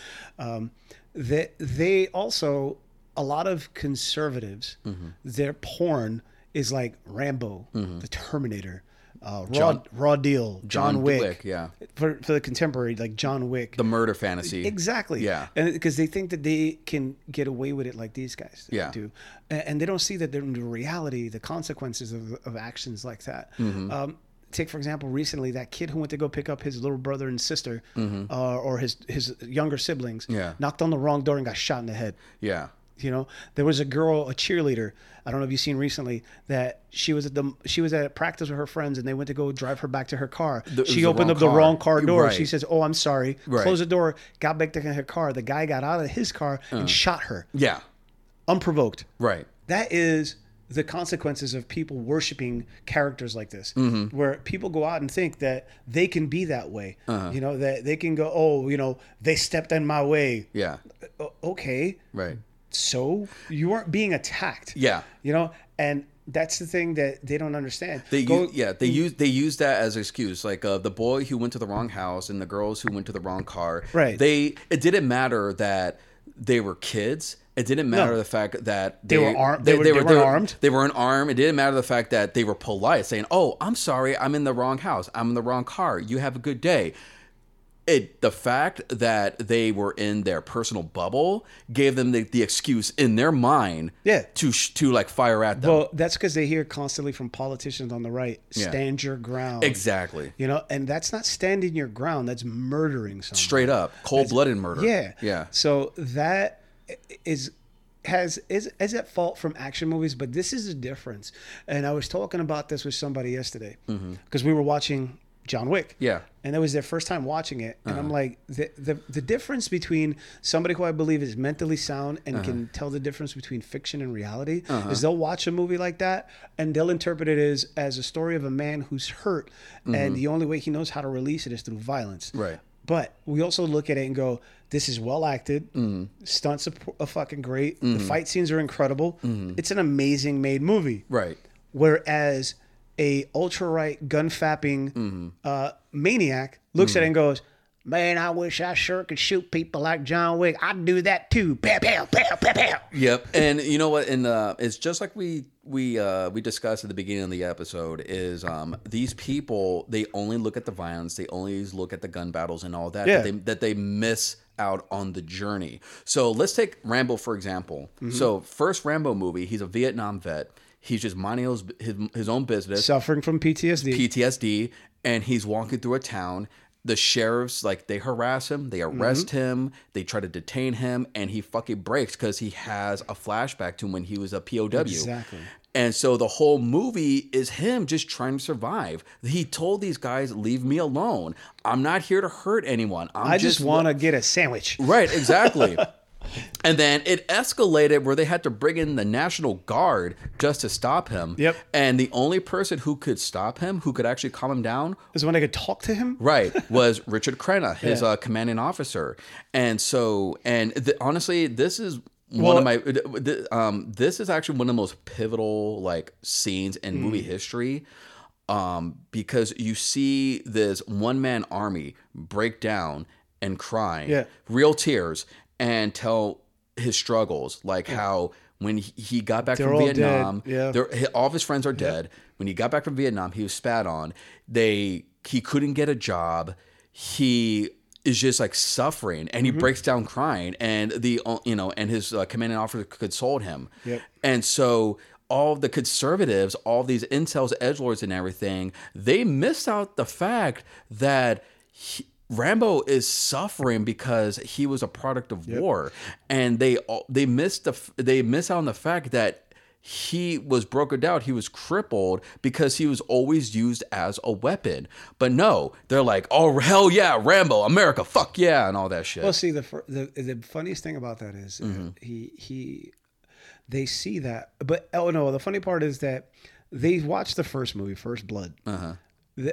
[SPEAKER 2] on. Um, that they also a lot of conservatives,
[SPEAKER 3] Mm-hmm.
[SPEAKER 2] their porn is like Rambo, the Terminator, uh, Raw Raw Deal, John,
[SPEAKER 3] John
[SPEAKER 2] Wick,
[SPEAKER 3] Wick, yeah.
[SPEAKER 2] for, for the contemporary like John Wick.
[SPEAKER 3] the murder fantasy.
[SPEAKER 2] exactly.
[SPEAKER 3] Yeah.
[SPEAKER 2] And because they think that they can get away with it like these guys
[SPEAKER 3] Yeah.
[SPEAKER 2] do, and, and they don't see that they're in the reality, the consequences of, of actions like that.
[SPEAKER 3] Mm-hmm.
[SPEAKER 2] Um, take for example, recently that kid who went to go pick up his little brother and sister, uh, or his his younger siblings,
[SPEAKER 3] Mm-hmm. Yeah.
[SPEAKER 2] knocked on the wrong door and got shot in the head.
[SPEAKER 3] Yeah.
[SPEAKER 2] You know, there was a girl, a cheerleader. I don't know if you've seen recently that she was at the she was at practice with her friends, and they went to go drive her back to her car.
[SPEAKER 3] it was
[SPEAKER 2] she
[SPEAKER 3] the
[SPEAKER 2] opened
[SPEAKER 3] wrong
[SPEAKER 2] up the
[SPEAKER 3] car.
[SPEAKER 2] wrong car door.
[SPEAKER 3] Right.
[SPEAKER 2] She says, "Oh, I'm sorry."
[SPEAKER 3] Right.
[SPEAKER 2] Closed the door, got back to her car. The guy got out of his car
[SPEAKER 3] Uh.
[SPEAKER 2] and shot her,
[SPEAKER 3] Yeah.
[SPEAKER 2] unprovoked.
[SPEAKER 3] Right.
[SPEAKER 2] That is the consequences of people worshiping characters like this,
[SPEAKER 3] Mm-hmm.
[SPEAKER 2] where people go out and think that they can be that way.
[SPEAKER 3] Uh-huh.
[SPEAKER 2] You know, that they can go, "Oh, you know, they stepped in my way."
[SPEAKER 3] Yeah.
[SPEAKER 2] O- Okay
[SPEAKER 3] Right.
[SPEAKER 2] so you aren't being attacked
[SPEAKER 3] Yeah.
[SPEAKER 2] you know and that's the thing that they don't understand
[SPEAKER 3] They
[SPEAKER 2] Go- mm-hmm.
[SPEAKER 3] use, yeah they use they use that as an excuse like uh, the boy who went to the wrong house and the girls who went to the wrong car
[SPEAKER 2] Right.
[SPEAKER 3] they it didn't matter that they were kids it didn't matter
[SPEAKER 2] No.
[SPEAKER 3] the fact that
[SPEAKER 2] They were arm- they were- they weren't armed.
[SPEAKER 3] they weren't armed it didn't matter the fact that they were polite saying oh I'm sorry I'm in the wrong house I'm in the wrong car you have a good day it the fact that they were in their personal bubble gave them the, the excuse in their mind
[SPEAKER 2] Yeah.
[SPEAKER 3] to sh- to like fire at them
[SPEAKER 2] Well, that's because they hear constantly from politicians on the right, stand your ground.
[SPEAKER 3] exactly
[SPEAKER 2] You know, and that's not standing your ground. That's murdering someone.
[SPEAKER 3] straight up cold-blooded murder
[SPEAKER 2] Yeah.
[SPEAKER 3] yeah
[SPEAKER 2] So that is has is is at fault from action movies, but this is a difference. And I was talking about this with somebody yesterday because we were watching John Wick.
[SPEAKER 3] Mm-hmm. Yeah.
[SPEAKER 2] And that was their first time watching it, and I'm like, the, the the difference between somebody who I believe is mentally sound and can tell the difference between fiction and reality is they'll watch a movie like that and they'll interpret it as as a story of a man who's hurt, and the only way he knows how to release it is through violence.
[SPEAKER 3] Right.
[SPEAKER 2] But we also look at it and go, this is well acted. Stunts are, p- are fucking great. The fight scenes are incredible. It's an amazing made movie.
[SPEAKER 3] right
[SPEAKER 2] Whereas a ultra right gun fapping uh, maniac looks at it and goes, man, I wish I sure could shoot people like John Wick. I'd do that too. Pow, pow, pow, pow, pow.
[SPEAKER 3] Yep, and you know what? And uh, it's just like we we uh, we discussed at the beginning of the episode is um, these people they only look at the violence, they only look at the gun battles and all that
[SPEAKER 2] Yeah.
[SPEAKER 3] that, they, that they miss out on the journey. So let's take Rambo for example.
[SPEAKER 2] Mm-hmm.
[SPEAKER 3] So first Rambo movie, he's a Vietnam vet. He's just minding his his, his own business.
[SPEAKER 2] Suffering from PTSD.
[SPEAKER 3] PTSD, and he's walking through a town. The sheriffs like they harass him, they arrest
[SPEAKER 2] Mm-hmm.
[SPEAKER 3] him, they try to detain him, and he fucking breaks because he has a flashback to when he was a POW.
[SPEAKER 2] Exactly.
[SPEAKER 3] And so the whole movie is him just trying to survive. He told these guys, "Leave me alone. I'm not here to hurt anyone. I'm
[SPEAKER 2] I just,
[SPEAKER 3] lo-
[SPEAKER 2] want to get a sandwich.
[SPEAKER 3] Right, exactly. and then it escalated where they had to bring in the National Guard just to stop him.
[SPEAKER 2] Yep.
[SPEAKER 3] And the only person who could stop him, who could actually calm him down,
[SPEAKER 2] Is when I could talk to him.
[SPEAKER 3] right, was Richard Crenna, his
[SPEAKER 2] Yeah.
[SPEAKER 3] uh, commanding officer. And so, and th- honestly, this is.
[SPEAKER 2] Well-
[SPEAKER 3] One of my, th- um, this is actually one of the most pivotal like scenes in
[SPEAKER 2] Mm.
[SPEAKER 3] movie history, um, because you see this one man army break down and cry,
[SPEAKER 2] Yeah.
[SPEAKER 3] real tears, and tell his struggles, like how when he- he got back
[SPEAKER 2] They're
[SPEAKER 3] from
[SPEAKER 2] all dead,
[SPEAKER 3] Vietnam,
[SPEAKER 2] yeah.
[SPEAKER 3] they're- hi- all of his friends are dead. When he got back from Vietnam, he was spat on. They he couldn't get a job. He is just like suffering,
[SPEAKER 2] Mm-hmm.
[SPEAKER 3] and he breaks down crying. And the uh, you know, and his uh, commanding officer consoled him.
[SPEAKER 2] Yep.
[SPEAKER 3] And so all the conservatives, all these incels, edgelords, and everything, they miss out the fact that. He, Rambo is suffering because he was a product of war, and they all they missed the f- they miss out on the fact that he was broken down. He was crippled because he was always used as a weapon. But no, they're like, oh hell yeah, Rambo, America, fuck yeah, and all that shit.
[SPEAKER 2] Well, see, the fir- the the funniest thing about that is, uh,
[SPEAKER 3] Mm-hmm.
[SPEAKER 2] he he, they see that, but oh no, the funny part is that they watched the first movie, First Blood. Uh-huh.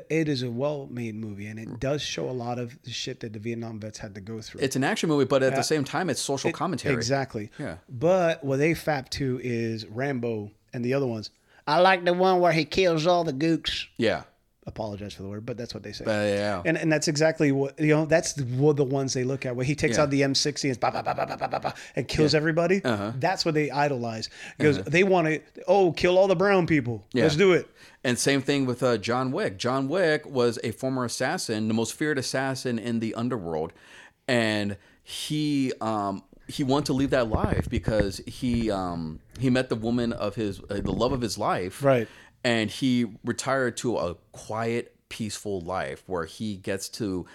[SPEAKER 2] it is a well-made movie, and it does show a lot of the shit that the Vietnam vets had to go through.
[SPEAKER 3] it's an action movie, but at the same time, it's social commentary.
[SPEAKER 2] Exactly.
[SPEAKER 3] Yeah.
[SPEAKER 2] But what they fap to is Rambo and the other ones. I like the one where he kills all the gooks.
[SPEAKER 3] Yeah,
[SPEAKER 2] Apologize for the word, but that's what they say.
[SPEAKER 3] Uh, yeah.
[SPEAKER 2] And, and that's exactly what you know. That's the, what the ones they look at. Where he takes out the M60 and, it's ba, ba, ba, ba, ba, ba, ba, ba, and kills everybody. That's what they idolize because they want to. Oh, kill all the brown people. Let's do it.
[SPEAKER 3] And same thing with uh, John Wick. John Wick was a former assassin, the most feared assassin in the underworld, and he um, he wanted to leave that life because he um, he met the woman of his uh, the love of his life,
[SPEAKER 2] Right.
[SPEAKER 3] And he retired to a quiet, peaceful life where he gets to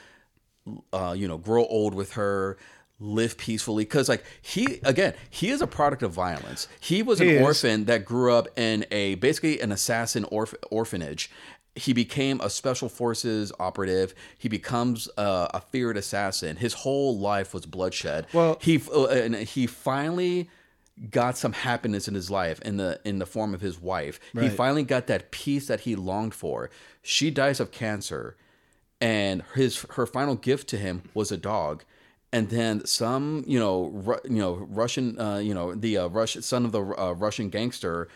[SPEAKER 3] uh, you know, grow old with her, live peacefully. Because like he again, he is a product of violence. He was an
[SPEAKER 2] is.
[SPEAKER 3] orphan that grew up in a basically an assassin orph- orphanage. He became a special forces operative. He becomes uh, a feared assassin. His whole life was bloodshed.
[SPEAKER 2] Well-
[SPEAKER 3] he f- uh, and he finally got some happiness in his life in the in the form of his wife. He finally got that peace that he longed for. She dies of cancer and his her final gift to him was a dog and then some you know Ru- you know russian uh, you know the uh, russian son of the uh, russian gangster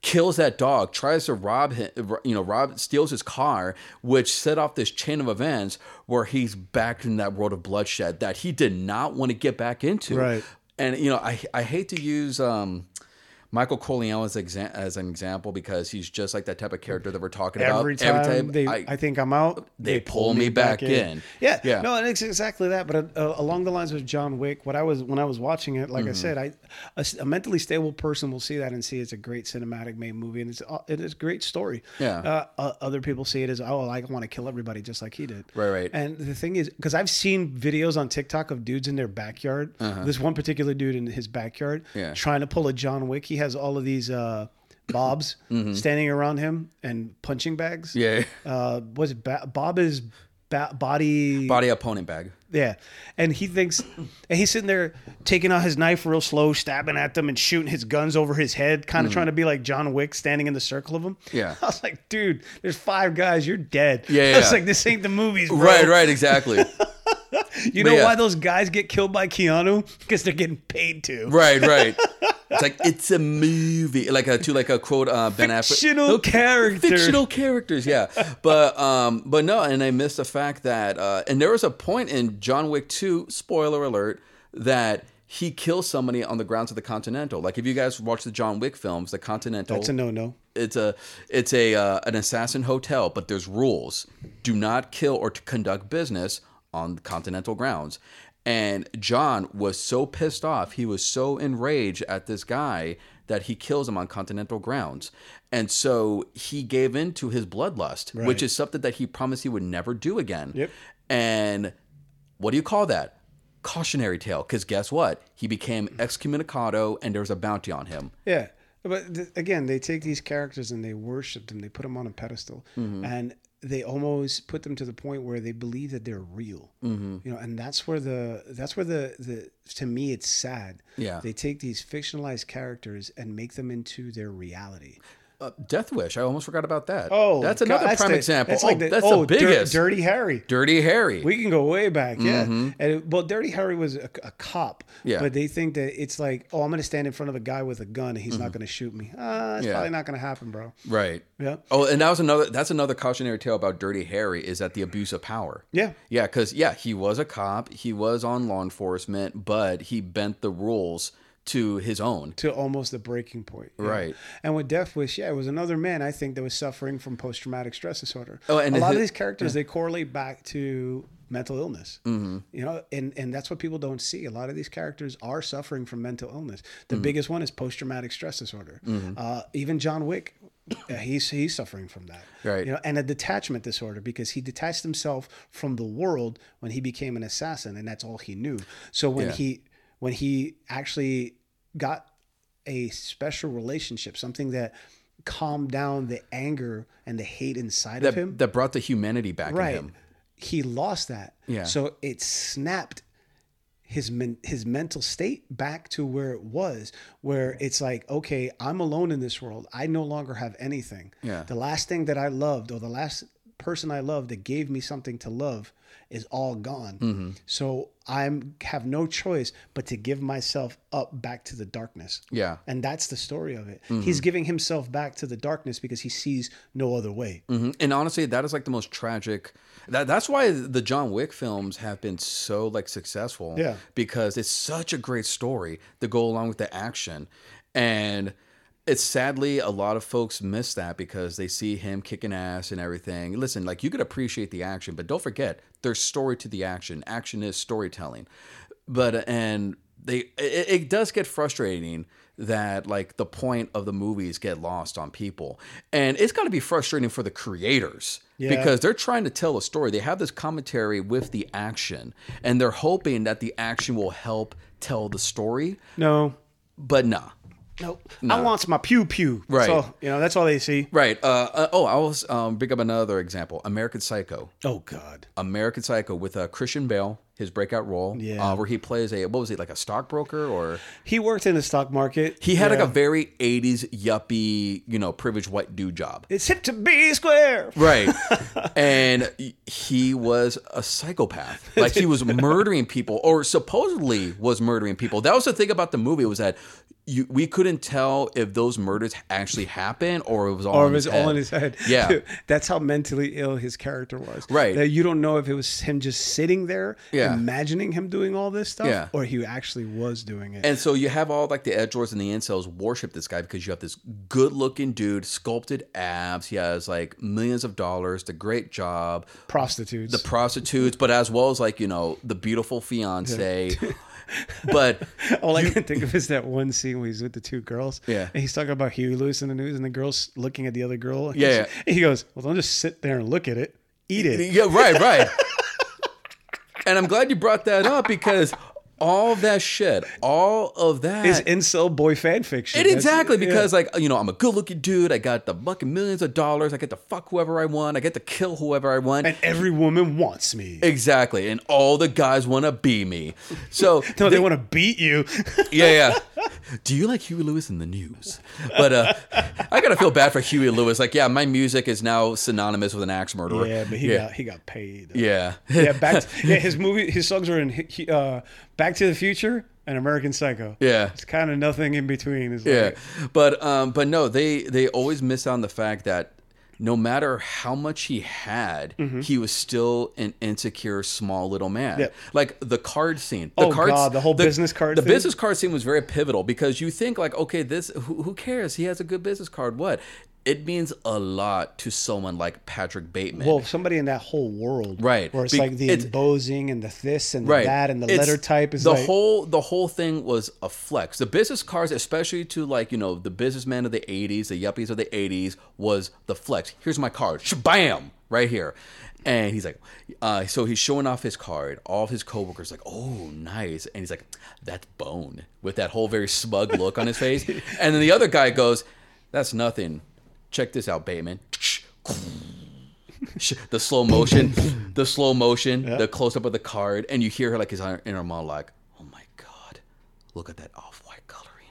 [SPEAKER 3] kills that dog tries to rob him you know rob steals his car which set off this chain of events where he's back in that world of bloodshed that he did not want to get back into
[SPEAKER 2] Right.
[SPEAKER 3] and you know i i hate to use um Michael Corleone as, exa- as an example because he's just like that type of character that we're talking
[SPEAKER 2] Every
[SPEAKER 3] about.
[SPEAKER 2] time, they, I, think I'm out,
[SPEAKER 3] they pull me back in.
[SPEAKER 2] Yeah,
[SPEAKER 3] Yeah.
[SPEAKER 2] no, and it's exactly that. But uh, along the lines of John Wick, what I was when I was watching it,
[SPEAKER 3] Mm-hmm.
[SPEAKER 2] like I said, I a, s- a mentally stable person will see that and see it's a great cinematic made movie, and it's uh, it is a great story.
[SPEAKER 3] Yeah.
[SPEAKER 2] Uh, uh, other people see it as oh, I want to kill everybody just like he did.
[SPEAKER 3] Right, right.
[SPEAKER 2] And the thing is, because I've seen videos on TikTok of dudes in their backyard. This one particular dude in his backyard,
[SPEAKER 3] Uh-huh. Yeah.
[SPEAKER 2] trying to pull a John Wick. He has all of these. Uh, Bobs standing around him and punching bags
[SPEAKER 3] Mm-hmm. yeah,
[SPEAKER 2] uh, was it ba- Bob is ba- body,
[SPEAKER 3] body opponent bag.
[SPEAKER 2] yeah, and he thinks, and he's sitting there taking out his knife real slow, stabbing at them and shooting his guns over his head, kind of trying to be like John Wick standing in the circle of them.
[SPEAKER 3] Mm-hmm. Yeah.
[SPEAKER 2] I was like, dude, there's five guys, you're dead.
[SPEAKER 3] Yeah,
[SPEAKER 2] I was
[SPEAKER 3] yeah.
[SPEAKER 2] like, this ain't the movies, bro.
[SPEAKER 3] Right, right, exactly.
[SPEAKER 2] You
[SPEAKER 3] but
[SPEAKER 2] know
[SPEAKER 3] yeah.
[SPEAKER 2] why those guys get killed by Keanu? Because they're getting paid to.
[SPEAKER 3] right, right. It's like it's a movie, like a to like a quote uh, Ben Affleck.
[SPEAKER 2] Fictional character.
[SPEAKER 3] fictional characters yeah but um but no and i missed the fact that uh and there was a point in john wick 2 spoiler alert that he kills somebody on the grounds of the continental like if you guys watch the john wick films the continental
[SPEAKER 2] That's a no no.
[SPEAKER 3] it's a it's a uh, an assassin hotel but there's rules do not kill or to conduct business on continental grounds and john was so pissed off he was so enraged at this guy that he kills him on continental grounds and so he gave in to his bloodlust which is something that he promised he would never do again
[SPEAKER 2] Yep.
[SPEAKER 3] and what do you call that cautionary tale because guess what he became excommunicado and there was a bounty on him
[SPEAKER 2] Yeah. But th- again, they take these characters and they worship them. They put them on a pedestal,
[SPEAKER 3] Mm-hmm.
[SPEAKER 2] and they almost put them to the point where they believe that they're real.
[SPEAKER 3] Mm-hmm.
[SPEAKER 2] You know, and that's where the that's where the the to me it's sad.
[SPEAKER 3] Yeah.
[SPEAKER 2] they take these fictionalized characters and make them into their reality.
[SPEAKER 3] Uh, Death Wish. I almost forgot about that. that's another prime
[SPEAKER 2] Oh,
[SPEAKER 3] example.
[SPEAKER 2] That's
[SPEAKER 3] oh,
[SPEAKER 2] like the,
[SPEAKER 3] that's
[SPEAKER 2] oh,
[SPEAKER 3] the
[SPEAKER 2] Dir-
[SPEAKER 3] biggest.
[SPEAKER 2] Dirty Harry.
[SPEAKER 3] Dirty Harry.
[SPEAKER 2] We can go way back, yeah. And it, well, Dirty Harry was a, a cop,
[SPEAKER 3] Mm-hmm. Yeah.
[SPEAKER 2] But they think that it's like, oh, I'm going to stand in front of a guy with a gun and he's not going to shoot me. Ah, it's
[SPEAKER 3] Mm-hmm. Yeah.
[SPEAKER 2] probably not going to happen, bro.
[SPEAKER 3] right.
[SPEAKER 2] Yeah,
[SPEAKER 3] Oh, and that was another. That's another cautionary tale about Dirty Harry is that the abuse of power.
[SPEAKER 2] yeah.
[SPEAKER 3] Yeah, because yeah, he was a cop. He was on law enforcement, but he bent the rules to his own.
[SPEAKER 2] To almost the breaking point, yeah.
[SPEAKER 3] Right.
[SPEAKER 2] And with Death Wish, yeah, it was another man I think that was suffering from post traumatic stress disorder.
[SPEAKER 3] Oh, and
[SPEAKER 2] a lot
[SPEAKER 3] his-
[SPEAKER 2] of these characters they correlate back to mental illness.
[SPEAKER 3] Mm-hmm.
[SPEAKER 2] You know, and and that's what people don't see. A lot of these characters are suffering from mental illness. The
[SPEAKER 3] Mm-hmm.
[SPEAKER 2] biggest one is post traumatic stress disorder. Uh, even John Wick, uh, he's he's suffering from that.
[SPEAKER 3] Right.
[SPEAKER 2] You know, and a detachment disorder because he detached himself from the world when he became an assassin, and that's all he knew. So when
[SPEAKER 3] Yeah.
[SPEAKER 2] he when he actually got a special relationship, something that calmed down the anger and the hate inside of him.
[SPEAKER 3] That that brought the humanity back
[SPEAKER 2] right.
[SPEAKER 3] in him.
[SPEAKER 2] He lost that.
[SPEAKER 3] Yeah.
[SPEAKER 2] So it snapped his men, his mental state back to where it was, where it's like, okay, I'm alone in this world. I no longer have anything.
[SPEAKER 3] Yeah.
[SPEAKER 2] The last thing that I loved, or the last person I loved that gave me something to love, is all gone.
[SPEAKER 3] Mm-hmm.
[SPEAKER 2] So I'm have no choice but to give myself up back to the darkness.
[SPEAKER 3] Yeah.
[SPEAKER 2] And that's the story of it.
[SPEAKER 3] Mm-hmm.
[SPEAKER 2] He's giving himself back to the darkness because he sees no other way.
[SPEAKER 3] Mhm. And honestly, that is like the most tragic. That that's why the John Wick films have been so like successful.
[SPEAKER 2] Yeah.
[SPEAKER 3] because it's such a great story to go along with the action, and it's sadly a lot of folks miss that because they see him kicking ass and everything. Listen, like you could appreciate the action, but don't forget there's story to the action. Action is storytelling, but uh, and they it, it does get frustrating that like the point of the movies get lost on people and it's got to be frustrating for the creators because they're trying to tell a story they have this commentary with the action and they're hoping that the action will help tell the story
[SPEAKER 2] No.
[SPEAKER 3] but nah
[SPEAKER 2] Nope. I wants my pew pew. Right. So, you know, that's all they see.
[SPEAKER 3] right uh, uh, oh i was um bring up another example american psycho
[SPEAKER 2] Oh God.
[SPEAKER 3] american psycho with uh, christian bale his breakout role
[SPEAKER 2] Yeah.
[SPEAKER 3] uh, where he plays a what was he like a stockbroker or
[SPEAKER 2] He worked in the stock market.
[SPEAKER 3] he had
[SPEAKER 2] Yeah.
[SPEAKER 3] like a very 80s yuppie you know privileged white dude job
[SPEAKER 2] It's hip to be square.
[SPEAKER 3] Right. and he was a psychopath. Like he was murdering people or supposedly was murdering people. That was the thing about the movie was that you, we couldn't tell if those murders actually happened or it was all
[SPEAKER 2] or
[SPEAKER 3] in
[SPEAKER 2] it was
[SPEAKER 3] his
[SPEAKER 2] all
[SPEAKER 3] head.
[SPEAKER 2] in his head.
[SPEAKER 3] Yeah.
[SPEAKER 2] that's how mentally ill his character was.
[SPEAKER 3] Right.
[SPEAKER 2] that you don't know if it was him just sitting there,
[SPEAKER 3] Yeah.
[SPEAKER 2] imagining him doing all this stuff,
[SPEAKER 3] Yeah.
[SPEAKER 2] or he actually was doing it.
[SPEAKER 3] And so you have all like the edgelords and the incels worship this guy because you have this good looking dude, sculpted abs. He has like millions of dollars, the great job,
[SPEAKER 2] Prostitutes.
[SPEAKER 3] the prostitutes, but as well as like, you know, the beautiful fiance. but
[SPEAKER 2] all I can think of is that one scene where he's with the two girls.
[SPEAKER 3] Yeah.
[SPEAKER 2] and he's talking about Huey Lewis in the news, and the girl's looking at the other girl.
[SPEAKER 3] Yeah, yeah.
[SPEAKER 2] And he goes, "Well, don't just sit there and look at it. Eat it."
[SPEAKER 3] yeah, right, right. and I'm glad you brought that up because all that shit, all of that
[SPEAKER 2] Is incel boy fan fiction.
[SPEAKER 3] It
[SPEAKER 2] That's-
[SPEAKER 3] exactly
[SPEAKER 2] yeah.
[SPEAKER 3] because like you know I'm a good looking dude. I got the fucking millions of dollars. I get to fuck whoever I want. I get to kill whoever I want.
[SPEAKER 2] and every woman wants me.
[SPEAKER 3] exactly, and all the guys want to be me. So
[SPEAKER 2] no, they want to beat you.
[SPEAKER 3] yeah, yeah. Do you like Huey Lewis in the news? But uh, I gotta feel bad for Huey Lewis. Like yeah, my music is now synonymous with an axe murderer.
[SPEAKER 2] yeah, but he
[SPEAKER 3] yeah.
[SPEAKER 2] got he got paid.
[SPEAKER 3] yeah.
[SPEAKER 2] yeah, back to, yeah, his movie, his songs are in he- he- uh, Back to the Future and American Psycho.
[SPEAKER 3] Yeah.
[SPEAKER 2] it's kind of nothing in between. It's
[SPEAKER 3] Yeah,
[SPEAKER 2] like,
[SPEAKER 3] but um, but no, they they always miss out on the fact that no matter how much he had, he was still an insecure, small little man.
[SPEAKER 2] Mm-hmm. Yep.
[SPEAKER 3] Like the card scene. The
[SPEAKER 2] Oh,
[SPEAKER 3] card,
[SPEAKER 2] God, the whole business card
[SPEAKER 3] The
[SPEAKER 2] thing?
[SPEAKER 3] business card scene was very pivotal because you think like, okay, this who, who cares? He has a good business card. What? It means a lot to someone like Patrick Bateman.
[SPEAKER 2] well, somebody in that whole world,
[SPEAKER 3] Right.
[SPEAKER 2] Where it's
[SPEAKER 3] Be-
[SPEAKER 2] like the
[SPEAKER 3] it's-
[SPEAKER 2] embossing and the this and the
[SPEAKER 3] right.
[SPEAKER 2] that and the
[SPEAKER 3] It's-
[SPEAKER 2] letter type is
[SPEAKER 3] the
[SPEAKER 2] like,
[SPEAKER 3] whole the whole thing was a flex. The business cards, especially to like you know the businessmen of the '80s, the yuppies of the '80s, was the flex. Here's my card, shabam, right here. And he's like, uh, so he's showing off his card. All of his coworkers like, oh, nice. And he's like, that's bone with that whole very smug look on his face. And then the other guy goes, that's nothing. Check this out, Bateman. Sh- the slow motion, the slow motion, the close up of the card, and you hear her like his inner- inner monologue. Oh my god, look at that off white coloring.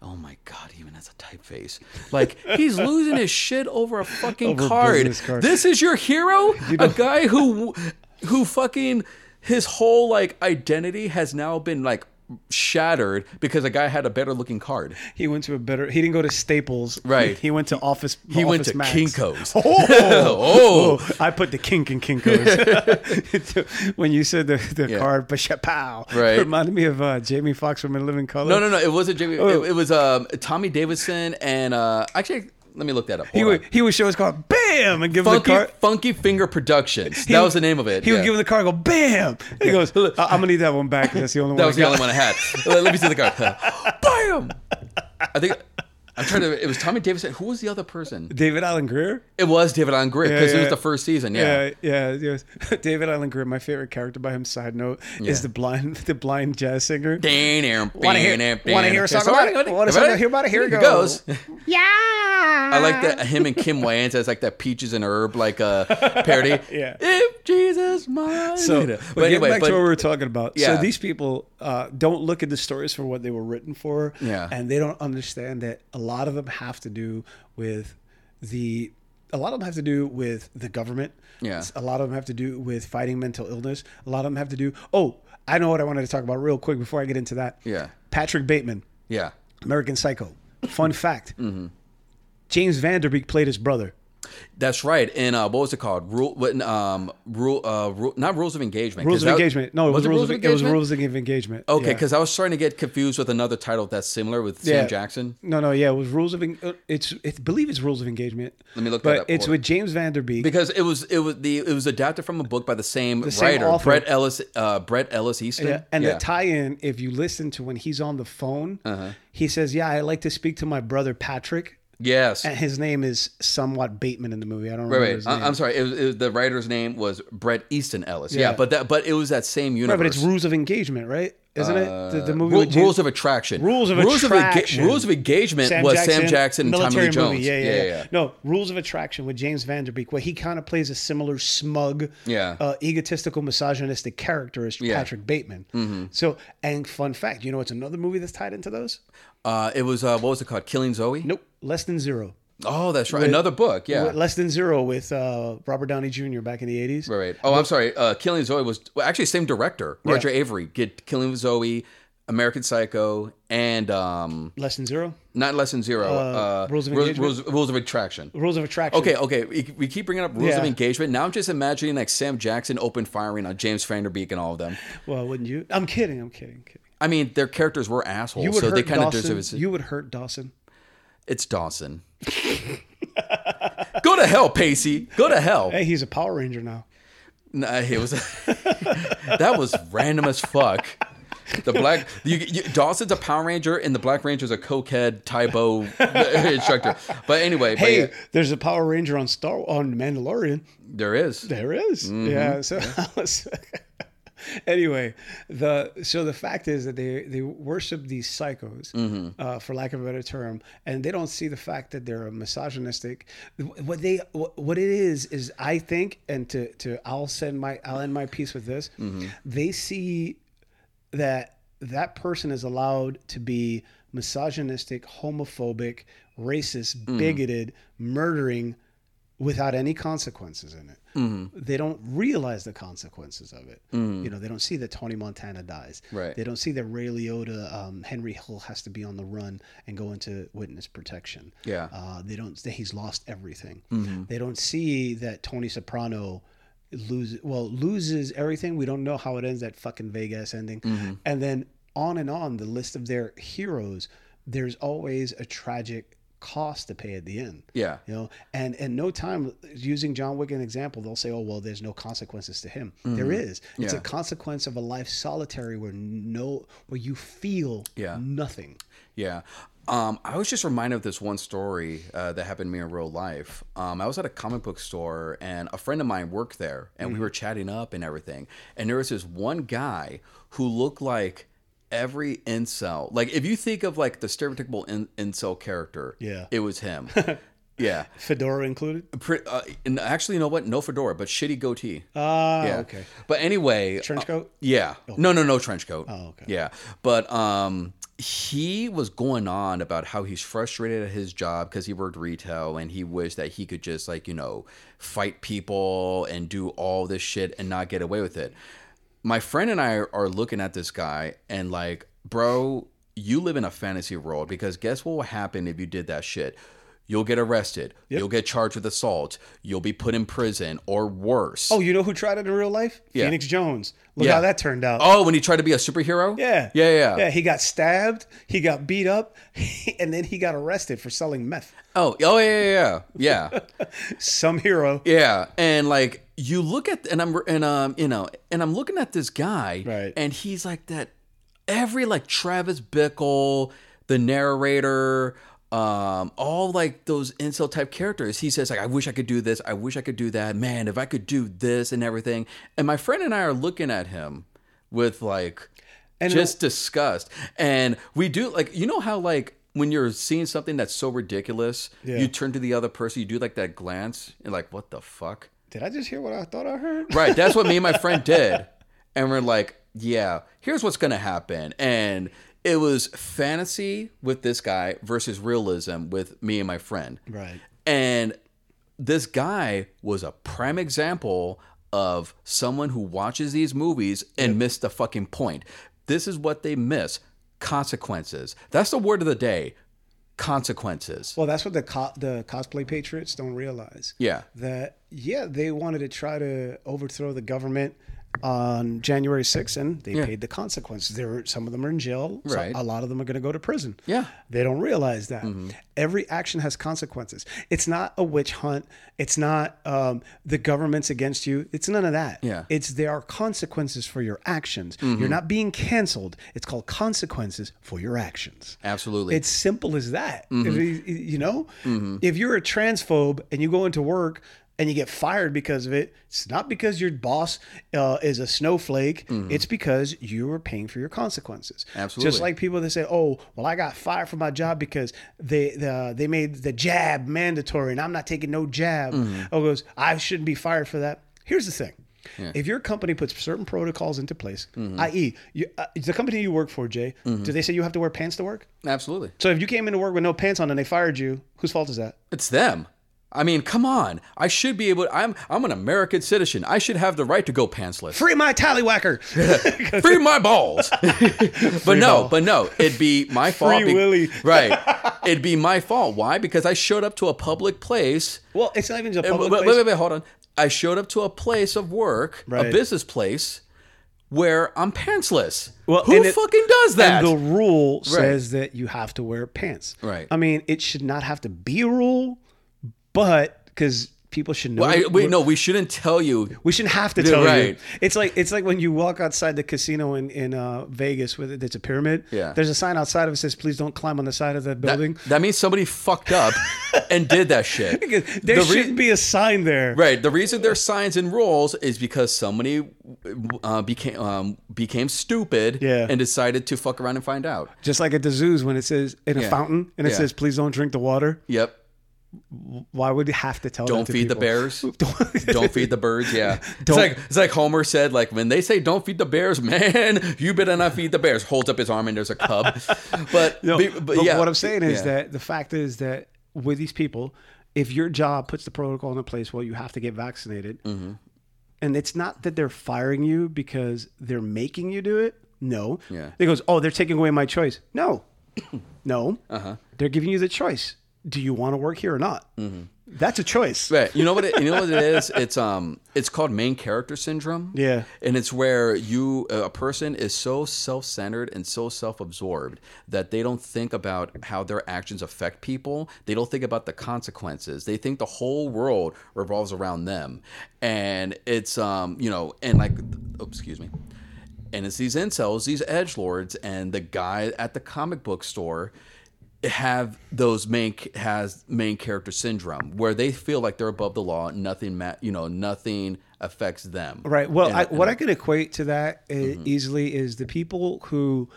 [SPEAKER 3] Oh my god, even as a typeface, like he's losing his shit over a fucking
[SPEAKER 2] Over a
[SPEAKER 3] card.
[SPEAKER 2] business card.
[SPEAKER 3] This is your hero, a guy who, who fucking his whole like identity has now been like shattered because a guy had a better looking card.
[SPEAKER 2] he went to a better. He didn't go to Staples,
[SPEAKER 3] Right.
[SPEAKER 2] He, he went to Office.
[SPEAKER 3] He went
[SPEAKER 2] Office
[SPEAKER 3] to
[SPEAKER 2] Max.
[SPEAKER 3] Kinko's.
[SPEAKER 2] Oh,
[SPEAKER 3] Oh.
[SPEAKER 2] I put the kink in Kinko's. when you said the, the
[SPEAKER 3] Yeah.
[SPEAKER 2] card, but shapow,
[SPEAKER 3] Right.
[SPEAKER 2] reminded me of uh, Jamie Foxx from In Living Color.
[SPEAKER 3] No, no, no. It wasn't Jimmy.
[SPEAKER 2] Oh.
[SPEAKER 3] It, it was um, Tommy Davidson and uh, actually, let me look that up.
[SPEAKER 2] He
[SPEAKER 3] Hold
[SPEAKER 2] would
[SPEAKER 3] on.
[SPEAKER 2] he would show his car, bam, and give him the
[SPEAKER 3] Funky,
[SPEAKER 2] car.
[SPEAKER 3] Funky Finger Productions.
[SPEAKER 2] He
[SPEAKER 3] that
[SPEAKER 2] would-
[SPEAKER 3] was the name of it.
[SPEAKER 2] He would
[SPEAKER 3] yeah.
[SPEAKER 2] give him the car, and go bam. And he goes, "I- I'm gonna need that one back. 'cause That's the only one.
[SPEAKER 3] That
[SPEAKER 2] I
[SPEAKER 3] was the
[SPEAKER 2] got."
[SPEAKER 3] only one I had. let, let me see the card. Bam. I think I'm trying to. It was Tommy Davidson. Who was the other person?
[SPEAKER 2] David Allen Greer.
[SPEAKER 3] It was David on Grip because it
[SPEAKER 2] yeah.
[SPEAKER 3] was the first season. Yeah.
[SPEAKER 2] Yeah, yeah. yes. David Allen Greer. My favorite character by him. Side note is the blind the blind jazz singer.
[SPEAKER 3] Want
[SPEAKER 2] wanna hear a song about it? Wanna song- hear about it? Here it goes.
[SPEAKER 3] Yeah. I like that him and Kim Wayans as like that peaches and herb like uh, parody.
[SPEAKER 2] Yeah.
[SPEAKER 3] If Jesus mine.
[SPEAKER 2] So,
[SPEAKER 3] but,
[SPEAKER 2] but getting
[SPEAKER 3] anyway,
[SPEAKER 2] back to what we
[SPEAKER 3] but
[SPEAKER 2] were talking about.
[SPEAKER 3] Yeah.
[SPEAKER 2] So these people uh, don't look at the stories for what they were written for,
[SPEAKER 3] Yeah.
[SPEAKER 2] and they don't understand that a lot of them have to do with the. A lot of them have to do with the government.
[SPEAKER 3] Yeah.
[SPEAKER 2] A lot of them have to do with fighting mental illness. A lot of them have to do. Oh, I know what I wanted to talk about real quick before I get into that.
[SPEAKER 3] Yeah.
[SPEAKER 2] Patrick Bateman,
[SPEAKER 3] yeah.
[SPEAKER 2] American Psycho. Fun fact.
[SPEAKER 3] Mm-hmm.
[SPEAKER 2] James Vanderbeek played his brother.
[SPEAKER 3] That's right. And uh, what was it called? Rule, what, um, rule, uh, rule, not rules of engagement.
[SPEAKER 2] Rules
[SPEAKER 3] 'cause
[SPEAKER 2] of
[SPEAKER 3] that-
[SPEAKER 2] engagement. No, it was, rules. Of, it was
[SPEAKER 3] engagement?
[SPEAKER 2] rules of engagement.
[SPEAKER 3] Okay,
[SPEAKER 2] Yeah.
[SPEAKER 3] because I was starting to get confused with another title that's similar with Sam Jackson.
[SPEAKER 2] No, no, yeah, it was rules of en- uh, it's it's believe it's rules of engagement.
[SPEAKER 3] Let me look
[SPEAKER 2] But
[SPEAKER 3] that up
[SPEAKER 2] it's
[SPEAKER 3] for
[SPEAKER 2] with James Vanderbeek.
[SPEAKER 3] Because it was it was the it was adapted from a book by the same
[SPEAKER 2] same
[SPEAKER 3] writer,
[SPEAKER 2] author.
[SPEAKER 3] Brett Ellis, uh, Brett Ellis Easton.
[SPEAKER 2] yeah, and the tie-in, if you listen to when he's on the phone,
[SPEAKER 3] Uh-huh.
[SPEAKER 2] he says, "Yeah, I like to speak to my brother Patrick."
[SPEAKER 3] yes,
[SPEAKER 2] And his name is somewhat Bateman in the movie. I don't
[SPEAKER 3] Wait,
[SPEAKER 2] remember
[SPEAKER 3] wait.
[SPEAKER 2] his
[SPEAKER 3] I-
[SPEAKER 2] name.
[SPEAKER 3] I'm sorry. It was, it was- the writer's name was Brett Easton Ellis. Yeah.
[SPEAKER 2] Yeah.
[SPEAKER 3] but that but it was that same universe.
[SPEAKER 2] Right, but it's rules of engagement, right? Isn't it the, the movie
[SPEAKER 3] Ru-
[SPEAKER 2] with James-
[SPEAKER 3] Uh, rules of attraction.
[SPEAKER 2] Rules of
[SPEAKER 3] enga-
[SPEAKER 2] Attraction.
[SPEAKER 3] rules of engagement was Sam Jackson and Tommy Lee
[SPEAKER 2] military
[SPEAKER 3] Jones.
[SPEAKER 2] movie, Yeah yeah, yeah, No, Rules of Attraction with James Vanderbeek, where he kind of plays a similar smug,
[SPEAKER 3] Yeah.
[SPEAKER 2] uh, egotistical, misogynistic character as
[SPEAKER 3] Yeah. Mm-hmm.
[SPEAKER 2] Patrick Bateman. So, and fun fact, you know, it's another movie that's tied into those.
[SPEAKER 3] Uh, it was uh, what was it called? Killing Zoe.
[SPEAKER 2] Nope, Less Than Zero.
[SPEAKER 3] Oh, that's right. Another book. Yeah.
[SPEAKER 2] Less Than Zero with uh, Robert Downey Jr. back in the eighties.
[SPEAKER 3] Right, right. Oh, I'm sorry. Uh, Killing Zoe was well, actually same director, Roger Avery. Get Killing Zoe, American Psycho, and um,
[SPEAKER 2] Lesson zero.
[SPEAKER 3] not Lesson Zero.
[SPEAKER 2] Uh,
[SPEAKER 3] Uh,
[SPEAKER 2] Rules of
[SPEAKER 3] Rules,
[SPEAKER 2] Engagement?
[SPEAKER 3] rules, rules of Attraction.
[SPEAKER 2] Rules of attraction.
[SPEAKER 3] Okay, okay. We, we keep bringing up rules of
[SPEAKER 2] Yeah.
[SPEAKER 3] engagement. Now I'm just imagining like Sam Jackson open firing on James Vanderbeek and all of them.
[SPEAKER 2] Well, wouldn't you? I'm kidding. I'm kidding. I'm kidding.
[SPEAKER 3] I mean, their characters were assholes,
[SPEAKER 2] You would
[SPEAKER 3] Oh, so they
[SPEAKER 2] hurt
[SPEAKER 3] kind of
[SPEAKER 2] Dawson.
[SPEAKER 3] deserve it.
[SPEAKER 2] You would hurt Dawson.
[SPEAKER 3] It's Dawson. Go to hell, Pacey. Go to hell.
[SPEAKER 2] Hey, he's a Power Ranger now.
[SPEAKER 3] Oh, Nah, it was that was random as fuck. The black you, you, Dawson's a Power Ranger and the Black Ranger's a cokehead Tybo instructor. But anyway,
[SPEAKER 2] Hey,
[SPEAKER 3] but yeah,
[SPEAKER 2] there's a Power Ranger on Star on Mandalorian.
[SPEAKER 3] there is.
[SPEAKER 2] There is. Yeah. So I was- anyway, the so the fact is that they they worship these psychos, uh, for lack of a better term, and they don't see the fact that they're misogynistic. What they what what it is is I think, and to to I'll send my I'll end my piece with this. They see that that person is allowed to be misogynistic, homophobic, racist, bigoted, murdering without any consequences in it. They don't realize the consequences of it. You know, they don't see that Tony Montana dies.
[SPEAKER 3] Right.
[SPEAKER 2] They don't see that Ray Liotta, um, Henry Hill has to be on the run and go into witness protection.
[SPEAKER 3] Yeah.
[SPEAKER 2] Uh, they don't. That he's lost everything. They don't see that Tony Soprano loses. Well, loses everything. We don't know how it ends. That fucking Vegas ending, and then on and on the list of their heroes. There's always a tragic cost to pay at the end.
[SPEAKER 3] Yeah.
[SPEAKER 2] You know, and and no time using John Wick an example, they'll say, "Oh well, there's no consequences to him." There is. It's
[SPEAKER 3] Mm-hmm. Yeah.
[SPEAKER 2] a consequence of a life solitary where no, where you feel
[SPEAKER 3] Yeah.
[SPEAKER 2] nothing.
[SPEAKER 3] Yeah. Um, I was just reminded of this one story uh, that happened to me in real life. Um, I was at a comic book store and a friend of mine worked there and
[SPEAKER 2] Mm-hmm.
[SPEAKER 3] we were chatting up and everything. And there was this one guy who looked like every incel. Like, if you think of like the stereotypical in- incel character,
[SPEAKER 2] Yeah.
[SPEAKER 3] it was him. yeah.
[SPEAKER 2] Fedora included.
[SPEAKER 3] Pre- uh, and actually, you know what? No fedora, but shitty goatee.
[SPEAKER 2] Ah,
[SPEAKER 3] yeah. Uh,
[SPEAKER 2] okay.
[SPEAKER 3] But anyway,
[SPEAKER 2] Trench coat.
[SPEAKER 3] yeah. No, no, no trench coat.
[SPEAKER 2] Oh, okay.
[SPEAKER 3] Yeah. But um he was going on about how he's frustrated at his job because he worked retail and he wished that he could just like, you know, fight people and do all this shit and not get away with it. My friend and I are looking at this guy and like, bro, you live in a fantasy world because guess what will happen if you did that shit? You'll get arrested. You'll get charged with assault. You'll be put in prison or worse.
[SPEAKER 2] Oh, you know who tried it in real life?
[SPEAKER 3] Yeah.
[SPEAKER 2] Phoenix Jones. Look
[SPEAKER 3] Yeah.
[SPEAKER 2] how that turned out.
[SPEAKER 3] Oh, when he tried to be a superhero?
[SPEAKER 2] Yeah.
[SPEAKER 3] Yeah, yeah.
[SPEAKER 2] Yeah, he got stabbed, he got beat up, and then he got arrested for selling meth.
[SPEAKER 3] Oh, oh yeah, yeah, yeah. Yeah.
[SPEAKER 2] Some hero.
[SPEAKER 3] yeah. And like you look at and I'm and um, you know, and I'm looking at this guy
[SPEAKER 2] Right.
[SPEAKER 3] and he's like that every like Travis Bickle, the narrator, um, all like those incel type characters. He says like, "I wish I could do this. I wish I could do that. Man, if I could do this and everything." And my friend and I are looking at him with like
[SPEAKER 2] And
[SPEAKER 3] just disgust. And we do like you know how like when you're seeing something that's so ridiculous,
[SPEAKER 2] Yeah.
[SPEAKER 3] you turn to the other person, you do like that glance, and like, what the fuck?
[SPEAKER 2] Did I just hear what I thought I heard?
[SPEAKER 3] Right. That's what me and my friend did. And we're like, yeah, here's what's gonna happen. And it was fantasy with this guy versus realism with me and my friend.
[SPEAKER 2] Right.
[SPEAKER 3] And this guy was a prime example of someone who watches these movies and missed the fucking point. This is what they miss consequences. That's the word of the day consequences.
[SPEAKER 2] Well, that's what the co- the cosplay patriots don't realize.
[SPEAKER 3] Yeah.
[SPEAKER 2] That yeah, they wanted to try to overthrow the government on January 6th, and they paid the consequences. There, were, some of them are in jail. so
[SPEAKER 3] Right.
[SPEAKER 2] a lot of them are going to go to prison.
[SPEAKER 3] Yeah. Mm-hmm.
[SPEAKER 2] They don't realize that every action has consequences. It's not a witch hunt. It's not um, the government's against you. It's none of that.
[SPEAKER 3] Yeah. Mm-hmm.
[SPEAKER 2] It's there are consequences for your actions. You're not being canceled. It's called consequences for your actions.
[SPEAKER 3] Absolutely. Mm-hmm.
[SPEAKER 2] It's simple as that. If you- you know, if you're a transphobe and you go into work and you get fired because of it, it's not because your boss uh, is a snowflake. It's because you were paying for your consequences.
[SPEAKER 3] Mm-hmm. Absolutely.
[SPEAKER 2] Just like people that say, "Oh, well, I got fired from my job because they the, they made the jab mandatory, and I'm not taking no jab."
[SPEAKER 3] Mm-hmm.
[SPEAKER 2] Oh, goes, I shouldn't be fired for that. Here's the thing. If your company puts certain protocols into place,
[SPEAKER 3] Mm-hmm.
[SPEAKER 2] i.e., you, uh, the company you work for, Jay, do they say you have to wear pants to work?
[SPEAKER 3] Absolutely.
[SPEAKER 2] So if you came into work with no pants on and they fired you, whose fault is that?
[SPEAKER 3] It's them. I mean, come on. I should be able. I'm I'm an American citizen. I should have the right to go pantsless.
[SPEAKER 2] Free my tallywhacker.
[SPEAKER 3] Free my balls. but no, but no, it'd be my fault.
[SPEAKER 2] Free Willy.
[SPEAKER 3] Right. It'd be my fault. Why? Because I showed up to a public place.
[SPEAKER 2] well, it's not even just a
[SPEAKER 3] Wait,
[SPEAKER 2] public
[SPEAKER 3] wait,
[SPEAKER 2] place.
[SPEAKER 3] wait, wait, hold on. I showed up to a place of work, a
[SPEAKER 2] Right.
[SPEAKER 3] business place, where I'm pantsless.
[SPEAKER 2] Well,
[SPEAKER 3] who
[SPEAKER 2] and it-
[SPEAKER 3] fucking does that?
[SPEAKER 2] And the rule says that you have to wear pants.
[SPEAKER 3] Right.
[SPEAKER 2] I mean, it should not have to be a rule, but because people should know.
[SPEAKER 3] Well, I,
[SPEAKER 2] we,
[SPEAKER 3] wait, no, we shouldn't tell you.
[SPEAKER 2] shouldn't have to tell you.
[SPEAKER 3] right.
[SPEAKER 2] It's like it's like when you walk outside the casino in in uh, Vegas with it, it's a pyramid.
[SPEAKER 3] Yeah.
[SPEAKER 2] There's a sign outside of it says, "Please don't climb on the side of the building."
[SPEAKER 3] That means somebody fucked up and did that shit.
[SPEAKER 2] there
[SPEAKER 3] The re-
[SPEAKER 2] shouldn't be a sign there.
[SPEAKER 3] Right. The reason there's signs and rules is because somebody uh, became um, became stupid
[SPEAKER 2] Yeah.
[SPEAKER 3] and decided to fuck around and find out.
[SPEAKER 2] Just like at the zoos when it says in a
[SPEAKER 3] Yeah.
[SPEAKER 2] fountain and it
[SPEAKER 3] Yeah.
[SPEAKER 2] says, "Please don't drink the water."
[SPEAKER 3] Yep.
[SPEAKER 2] Why would you have to tell?
[SPEAKER 3] Don't
[SPEAKER 2] that to
[SPEAKER 3] feed the
[SPEAKER 2] people?
[SPEAKER 3] bears. don't feed the birds. Yeah. It's like it's like Homer said. Like when they say don't feed the bears, man, you better not feed the bears. Holds up his arm and there's a cub. But
[SPEAKER 2] No,
[SPEAKER 3] be-
[SPEAKER 2] but,
[SPEAKER 3] yeah.
[SPEAKER 2] what I'm saying is
[SPEAKER 3] Yeah.
[SPEAKER 2] that the fact is that with these people, if your job puts the protocol into place, well, you have to get vaccinated,
[SPEAKER 3] Mm-hmm.
[SPEAKER 2] and it's not that they're firing you because they're making you do it. No,
[SPEAKER 3] Yeah.
[SPEAKER 2] They goes, oh, they're taking away my choice. No, no, uh-huh. they're giving you the choice. Do you want to work here or not?
[SPEAKER 3] Mm-hmm.
[SPEAKER 2] That's a choice.
[SPEAKER 3] Right. You know what it, you know what it is? It's um it's called main character syndrome.
[SPEAKER 2] Yeah.
[SPEAKER 3] And it's where you uh, a person is so self-centered and so self-absorbed that they don't think about how their actions affect people. They don't think about the consequences. They think the whole world revolves around them. And it's um, you know, and like oh, excuse me and it's these incels, these edge lords, and the guy at the comic book store have those main has main character syndrome where they feel like they're above the law, nothing ma- you know, nothing affects them.
[SPEAKER 2] Right. Well,
[SPEAKER 3] And-
[SPEAKER 2] I,
[SPEAKER 3] and Mm-hmm.
[SPEAKER 2] what I can equate to that i easily is the people who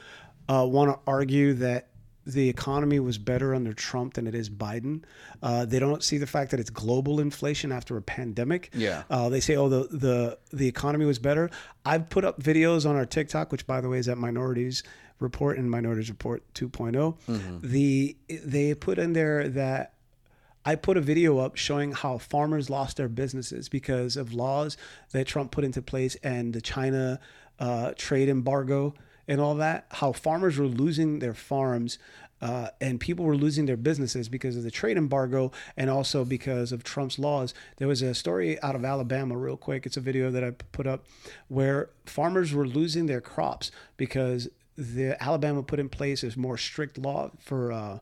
[SPEAKER 2] uh, want to argue that the economy was better under Trump than it is Biden. Uh, they don't see the fact that it's global inflation after a pandemic.
[SPEAKER 3] Yeah.
[SPEAKER 2] Uh, they say, oh, the, the the economy was better. I've put up videos on our TikTok, which by the way is at Minorities Report and Minorities Report 2.0.
[SPEAKER 3] Mm-hmm.
[SPEAKER 2] The they put in there that I put a video up showing how farmers lost their businesses because of laws that Trump put into place and the China uh, trade embargo and all that. How farmers were losing their farms uh, and people were losing their businesses because of the trade embargo and also because of Trump's laws. There was a story out of Alabama, real quick. It's a video that I put up where farmers were losing their crops because the Alabama put in place is more strict law for. Uh,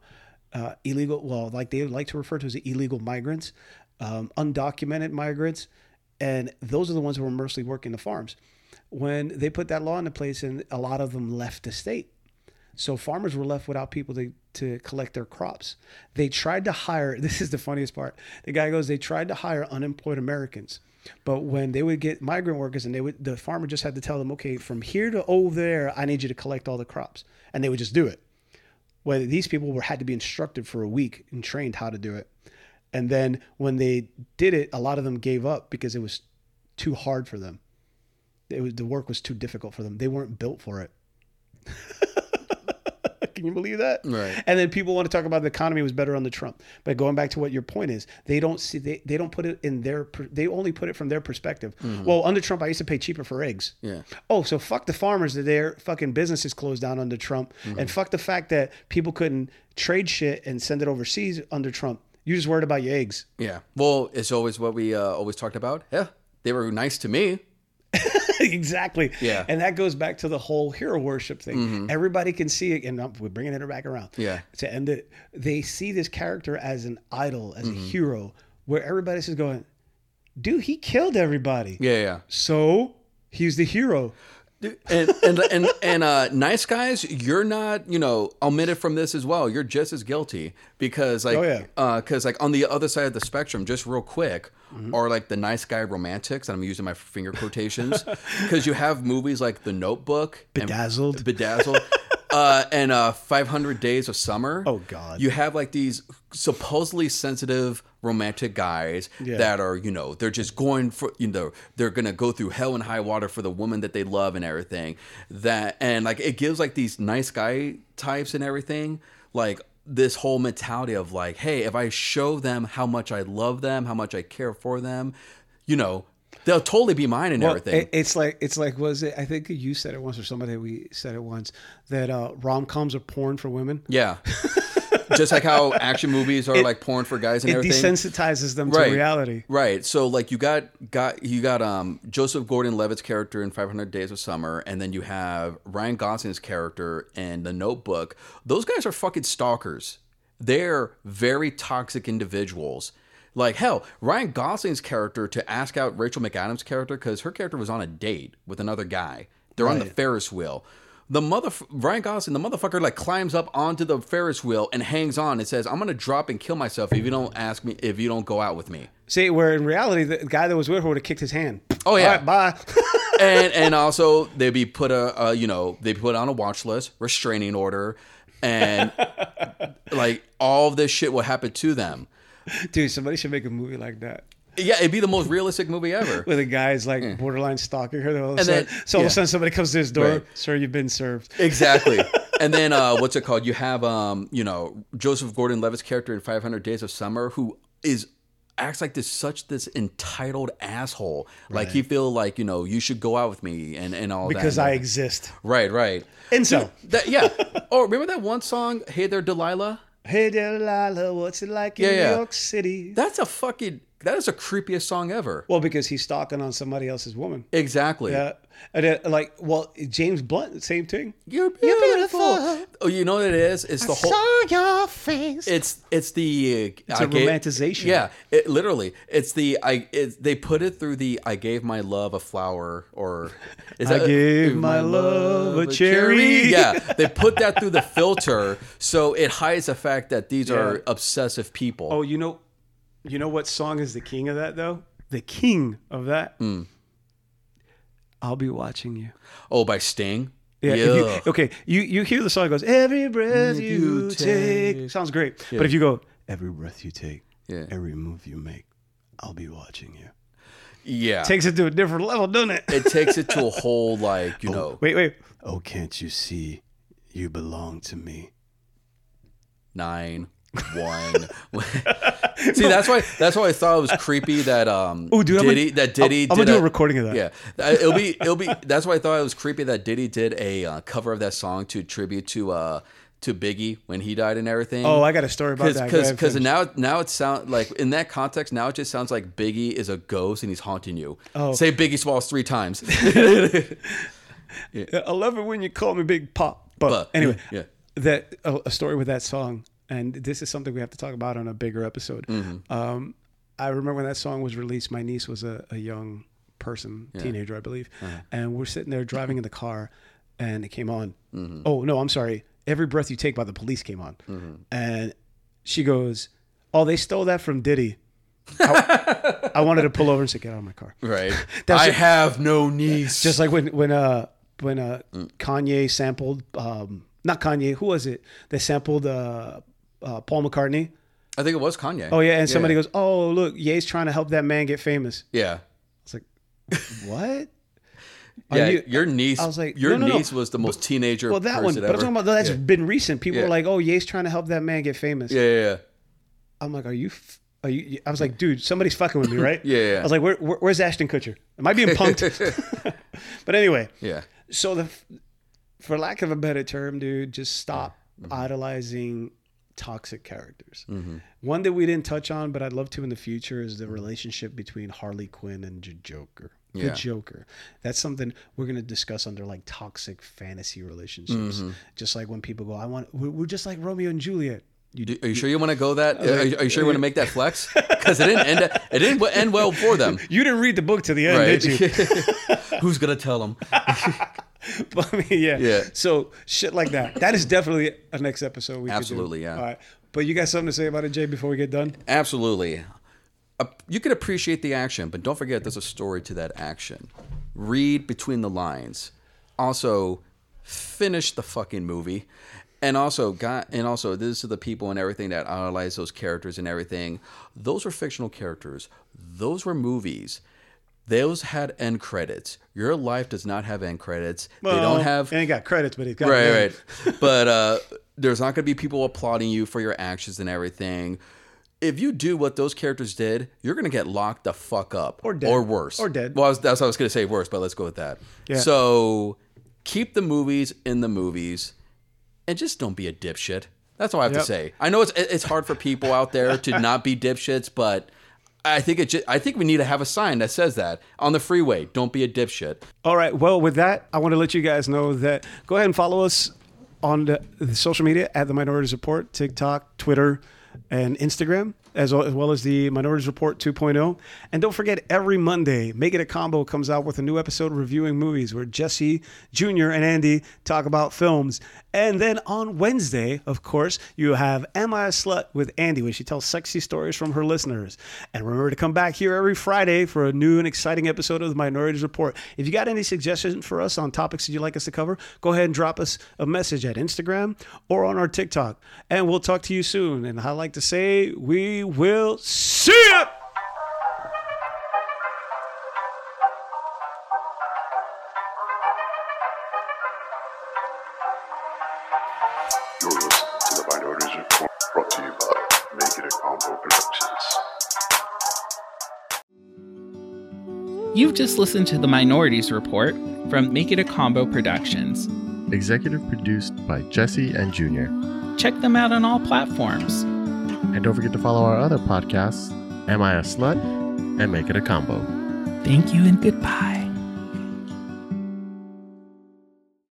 [SPEAKER 2] uh, illegal, well, like they like to refer to as illegal migrants, um, undocumented migrants, and those are the ones who were mostly working the farms. When they put that law into place, and a lot of them left the state, so farmers were left without people to, to collect their crops. They tried to hire, this is the funniest part. The guy goes, they tried to hire unemployed Americans. But when they would get migrant workers and they would the farmer just had to tell them, okay, from here to over there, I need you to collect all the crops. And they would just do it. Well, these people were had to be instructed for a week and trained how to do it. And then when they did it, a lot of them gave up because it was too hard for them. It was, the work was too difficult for them. They weren't built for it. Can you believe that?
[SPEAKER 3] Right.
[SPEAKER 2] And then people want to talk about the economy was better under Trump. But going back to what your point is, they don't see they, they don't put it in their per- they only put it from their perspective. Well, under Trump, I used to pay cheaper for eggs.
[SPEAKER 3] Yeah.
[SPEAKER 2] Oh, so fuck the farmers that their fucking businesses closed down under Trump,
[SPEAKER 3] Mm-hmm.
[SPEAKER 2] and fuck the fact that people couldn't trade shit and send it overseas under Trump. You just worried about your eggs.
[SPEAKER 3] yeah. Well, it's always what we uh, always talked about. Yeah. They were nice to me.
[SPEAKER 2] exactly.
[SPEAKER 3] Yeah. Mm-hmm.
[SPEAKER 2] And that goes back to the whole hero worship thing. Everybody can see it, and I'm- we're bringing it back around.
[SPEAKER 3] Yeah.
[SPEAKER 2] To end it, they see this character as an idol, as
[SPEAKER 3] Mm-hmm.
[SPEAKER 2] a hero, where everybody's just going, dude, he killed everybody.
[SPEAKER 3] Yeah, yeah.
[SPEAKER 2] So he's the hero.
[SPEAKER 3] and and and, and uh, nice guys, you're not you know omitted from this as well. You're just as guilty because like
[SPEAKER 2] Oh, yeah.
[SPEAKER 3] because like on the other side of the spectrum, just real quick, are like the nice guy romantics, and I'm using my finger quotations because you have movies like The Notebook, and-
[SPEAKER 2] Bedazzled.
[SPEAKER 3] Bedazzled. Uh, and uh, 500 Days of Summer.
[SPEAKER 2] Oh, God.
[SPEAKER 3] You have like these supposedly sensitive romantic guys that are, you know, they're just going for, you know, they're gonna go through hell and high water for the woman that they love and everything. That and like it gives like these nice guy types and everything like this whole mentality of like, hey, if I show them how much I love them, how much I care for them, you know, they'll totally be mine and
[SPEAKER 2] Well,
[SPEAKER 3] everything.
[SPEAKER 2] it- it's like it's like was it? I think you said it once, or somebody we said it once that uh, rom coms are porn for women.
[SPEAKER 3] yeah. Just like how action movies are like porn for guys and
[SPEAKER 2] It
[SPEAKER 3] everything.
[SPEAKER 2] desensitizes them to reality.
[SPEAKER 3] Right. So like you got got you got um Joseph Gordon-Levitt's character in 500 Days of Summer and then you have Ryan Gosling's character in The Notebook. Those guys are fucking stalkers. They're very toxic individuals. Like hell, Ryan Gosling's character to ask out Rachel McAdams' character cuz her character was on a date with another guy. They're on the Ferris wheel. The mother Ryan Gosling, the motherfucker, like climbs up onto the Ferris wheel and hangs on and says, "I'm gonna drop and kill myself if you don't ask me if you don't go out with me."
[SPEAKER 2] See, where in reality, the guy that was with her would have kicked his hand.
[SPEAKER 3] Oh, yeah.
[SPEAKER 2] All right, bye.
[SPEAKER 3] and and also they'd be put a uh, you know they put on a watch list, restraining order, and like all this shit will happen to them.
[SPEAKER 2] Dude, somebody should make a movie like that.
[SPEAKER 3] Yeah, it'd be the most realistic movie ever.
[SPEAKER 2] Where the guy's like borderline stalking her. All of a
[SPEAKER 3] Hmm. And
[SPEAKER 2] sudden,
[SPEAKER 3] then-
[SPEAKER 2] so all
[SPEAKER 3] yeah.
[SPEAKER 2] of a sudden somebody comes to his door,
[SPEAKER 3] Right.
[SPEAKER 2] sir, you've been served.
[SPEAKER 3] Exactly. And then uh, what's it called? You have um, you know Joseph Gordon-Levitt's character in 500 Days of Summer, who is acts like this such this entitled asshole. Like he feel like you know you should go out with me and and all
[SPEAKER 2] Because
[SPEAKER 3] that.
[SPEAKER 2] I exist.
[SPEAKER 3] right right
[SPEAKER 2] And so,
[SPEAKER 3] that yeah. Oh, remember that one song? Hey there, Delilah.
[SPEAKER 2] hey Delilah, what's it like
[SPEAKER 3] Yeah,
[SPEAKER 2] in
[SPEAKER 3] yeah.
[SPEAKER 2] New York City?
[SPEAKER 3] That's a fucking. That is the creepiest song ever.
[SPEAKER 2] well, because he's stalking on somebody else's woman.
[SPEAKER 3] exactly.
[SPEAKER 2] Yeah. And uh, like, well, James Blunt, same thing.
[SPEAKER 3] You're beautiful. Oh, you know what it is? It's the whole.
[SPEAKER 4] your face.
[SPEAKER 3] It's it's the. Uh,
[SPEAKER 2] It's
[SPEAKER 3] I
[SPEAKER 2] a
[SPEAKER 3] gave-
[SPEAKER 2] romanticization.
[SPEAKER 3] Yeah, it literally. It's the I. It, they put it through the "I gave my love a flower" or. Is
[SPEAKER 2] I gave my love a cherry.
[SPEAKER 3] Yeah, they put that through the filter, so it hides the fact that these are obsessive people.
[SPEAKER 2] Oh, you know, you know what song is the king of that though? The king of that. I'll be watching you.
[SPEAKER 3] Oh, by Sting.
[SPEAKER 2] Yeah. if you-
[SPEAKER 3] Yuck.
[SPEAKER 2] okay. You you hear the song it goes every breath you,
[SPEAKER 3] you
[SPEAKER 2] take.
[SPEAKER 3] take.
[SPEAKER 2] sounds great. But if you go every breath you take,
[SPEAKER 3] Yeah.
[SPEAKER 2] every move you make, I'll be watching you.
[SPEAKER 3] yeah.
[SPEAKER 2] Takes it to a different level, doesn't Ah. it?
[SPEAKER 3] it takes it to a whole like you know.
[SPEAKER 2] wait, wait. Oh, can't you see? You belong to me.
[SPEAKER 3] nine one. See, that's why that's why I thought it was creepy that um
[SPEAKER 2] Ooh, dude, I'm
[SPEAKER 3] Diddy
[SPEAKER 2] gonna-
[SPEAKER 3] that Diddy
[SPEAKER 2] I'm- I'm gonna
[SPEAKER 3] did
[SPEAKER 2] do a recording of that.
[SPEAKER 3] Yeah, Uh, it'll be it'll be that's why I thought it was creepy that Diddy did a uh, cover of that song to tribute to uh to Biggie when he died and everything.
[SPEAKER 2] Oh, I got a story about that. Go
[SPEAKER 3] because
[SPEAKER 2] ahead,
[SPEAKER 3] because
[SPEAKER 2] finish.
[SPEAKER 3] now now it sounds like in that context now it just sounds like Biggie is a ghost and he's haunting you.
[SPEAKER 2] Oh.
[SPEAKER 3] Say Biggie Smalls three times.
[SPEAKER 2] I love it Uh, when you call me Big Pop. But,
[SPEAKER 3] But,
[SPEAKER 2] anyway,
[SPEAKER 3] yeah.
[SPEAKER 2] that a, a story with that song, and this is something we have to talk about on a bigger episode. Um, I remember when that song was released. My niece was a, a young person, teenager, I believe, and we're sitting there driving in the car, and it came on. Oh no, I'm sorry. Every breath you take by the police came on, and she goes, "Oh, they stole that from Diddy." I, I wanted to pull over and say, "Get out of my car."
[SPEAKER 3] right.
[SPEAKER 2] That's
[SPEAKER 3] I
[SPEAKER 2] it.
[SPEAKER 3] have no knees.
[SPEAKER 2] Just like when when uh when uh
[SPEAKER 3] Mm.
[SPEAKER 2] Kanye sampled um not Kanye who was it they sampled uh, uh Paul McCartney
[SPEAKER 3] I think it was Kanye.
[SPEAKER 2] oh yeah and somebody goes oh look Ye's trying to help that man get famous
[SPEAKER 3] Yeah.
[SPEAKER 2] it's like what Are
[SPEAKER 3] Yeah,
[SPEAKER 2] you-
[SPEAKER 3] your niece.
[SPEAKER 2] I was like,
[SPEAKER 3] your
[SPEAKER 2] no, no, no.
[SPEAKER 3] niece was the most teenager.
[SPEAKER 2] well that
[SPEAKER 3] person
[SPEAKER 2] one but I'm
[SPEAKER 3] ever.
[SPEAKER 2] talking about that's been recent people
[SPEAKER 3] Yeah.
[SPEAKER 2] are like oh Ye's trying to help that man get famous
[SPEAKER 3] yeah, yeah, yeah.
[SPEAKER 2] I'm like are you f- are you I was like dude somebody's fucking with me right
[SPEAKER 3] Yeah, yeah.
[SPEAKER 2] I was like where, where, where's Ashton Kutcher am I being punked but anyway
[SPEAKER 3] yeah.
[SPEAKER 2] so the for lack of a better term dude just stop
[SPEAKER 3] Mm-hmm.
[SPEAKER 2] idolizing toxic characters one that we didn't touch on but i'd love to in the future is the relationship between harley quinn and the joker
[SPEAKER 3] Yeah.
[SPEAKER 2] the joker that's something we're going to discuss under like toxic fantasy relationships
[SPEAKER 3] Mm-hmm.
[SPEAKER 2] just like when people go i want we're, we're just like romeo and juliet
[SPEAKER 3] Do- Are you sure you want to go that? Are you, are you sure you want to make that flex? Because it didn't end. It didn't end well for them.
[SPEAKER 2] you didn't read the book to the end
[SPEAKER 3] Right?
[SPEAKER 2] did you
[SPEAKER 3] Who's gonna tell them?
[SPEAKER 2] But, I mean, yeah.
[SPEAKER 3] Yeah.
[SPEAKER 2] so shit like that that is definitely a next episode we could do.
[SPEAKER 3] Absolutely, yeah.
[SPEAKER 2] all right but you got something to say about it jay before we get done
[SPEAKER 3] Absolutely. Uh, You can appreciate the action, but don't forget there's a story to that action. Read between the lines. Also, finish the fucking movie. And also, got and also, this is the people and everything that idolize those characters and everything. Those were fictional characters. Those were movies. Those had end credits. Your life does not have end credits. they
[SPEAKER 2] Well,
[SPEAKER 3] don't have
[SPEAKER 2] And it got credits, but it got
[SPEAKER 3] right, right. but uh, There's not going to be people applauding you for your actions and everything. If you do what those characters did, you're going to get locked the fuck up
[SPEAKER 2] Or dead.
[SPEAKER 3] or worse
[SPEAKER 2] Or dead.
[SPEAKER 3] Well, I was, that's what I was going to say worse, but let's go with that.
[SPEAKER 2] Yeah.
[SPEAKER 3] So keep the movies in the movies, and just don't be a dipshit. That's all I have to
[SPEAKER 2] Yep.
[SPEAKER 3] say. I know it's it's hard for people out there to not be dipshits, but I think it. Just, I think we need to have a sign that says that on the freeway. Don't be a dipshit.
[SPEAKER 2] All right. Well, with that, I want to let you guys know that go ahead and follow us on the, the social media at the Minorities Report, TikTok, Twitter, and Instagram, as well, as well as the Minorities Report 2.0. And don't forget, every Monday, Make It a Combo comes out with a new episode reviewing movies where Jesse, Junior, and Andy talk about films. And then on Wednesday, of course, you have Am I a Slut with Andy, where she tells sexy stories from her listeners. And remember to come back here every Friday for a new and exciting episode of the Minorities Report. If you got any suggestions for us on topics that you'd like us to cover, go ahead and drop us a message at Instagram or on our TikTok. And we'll talk to you soon. And I like to say, we will see ya!
[SPEAKER 1] You're listening to the Minorities Report, brought to you by Make It a Combo Productions.
[SPEAKER 5] You've just listened to the Minorities Report from Make It a Combo Productions.
[SPEAKER 4] Executive produced by Jesse and Junior.
[SPEAKER 5] Check them out on all platforms.
[SPEAKER 4] And don't forget to follow our other podcasts, Am I a Slut? and Make It a Combo.
[SPEAKER 5] Thank you and goodbye.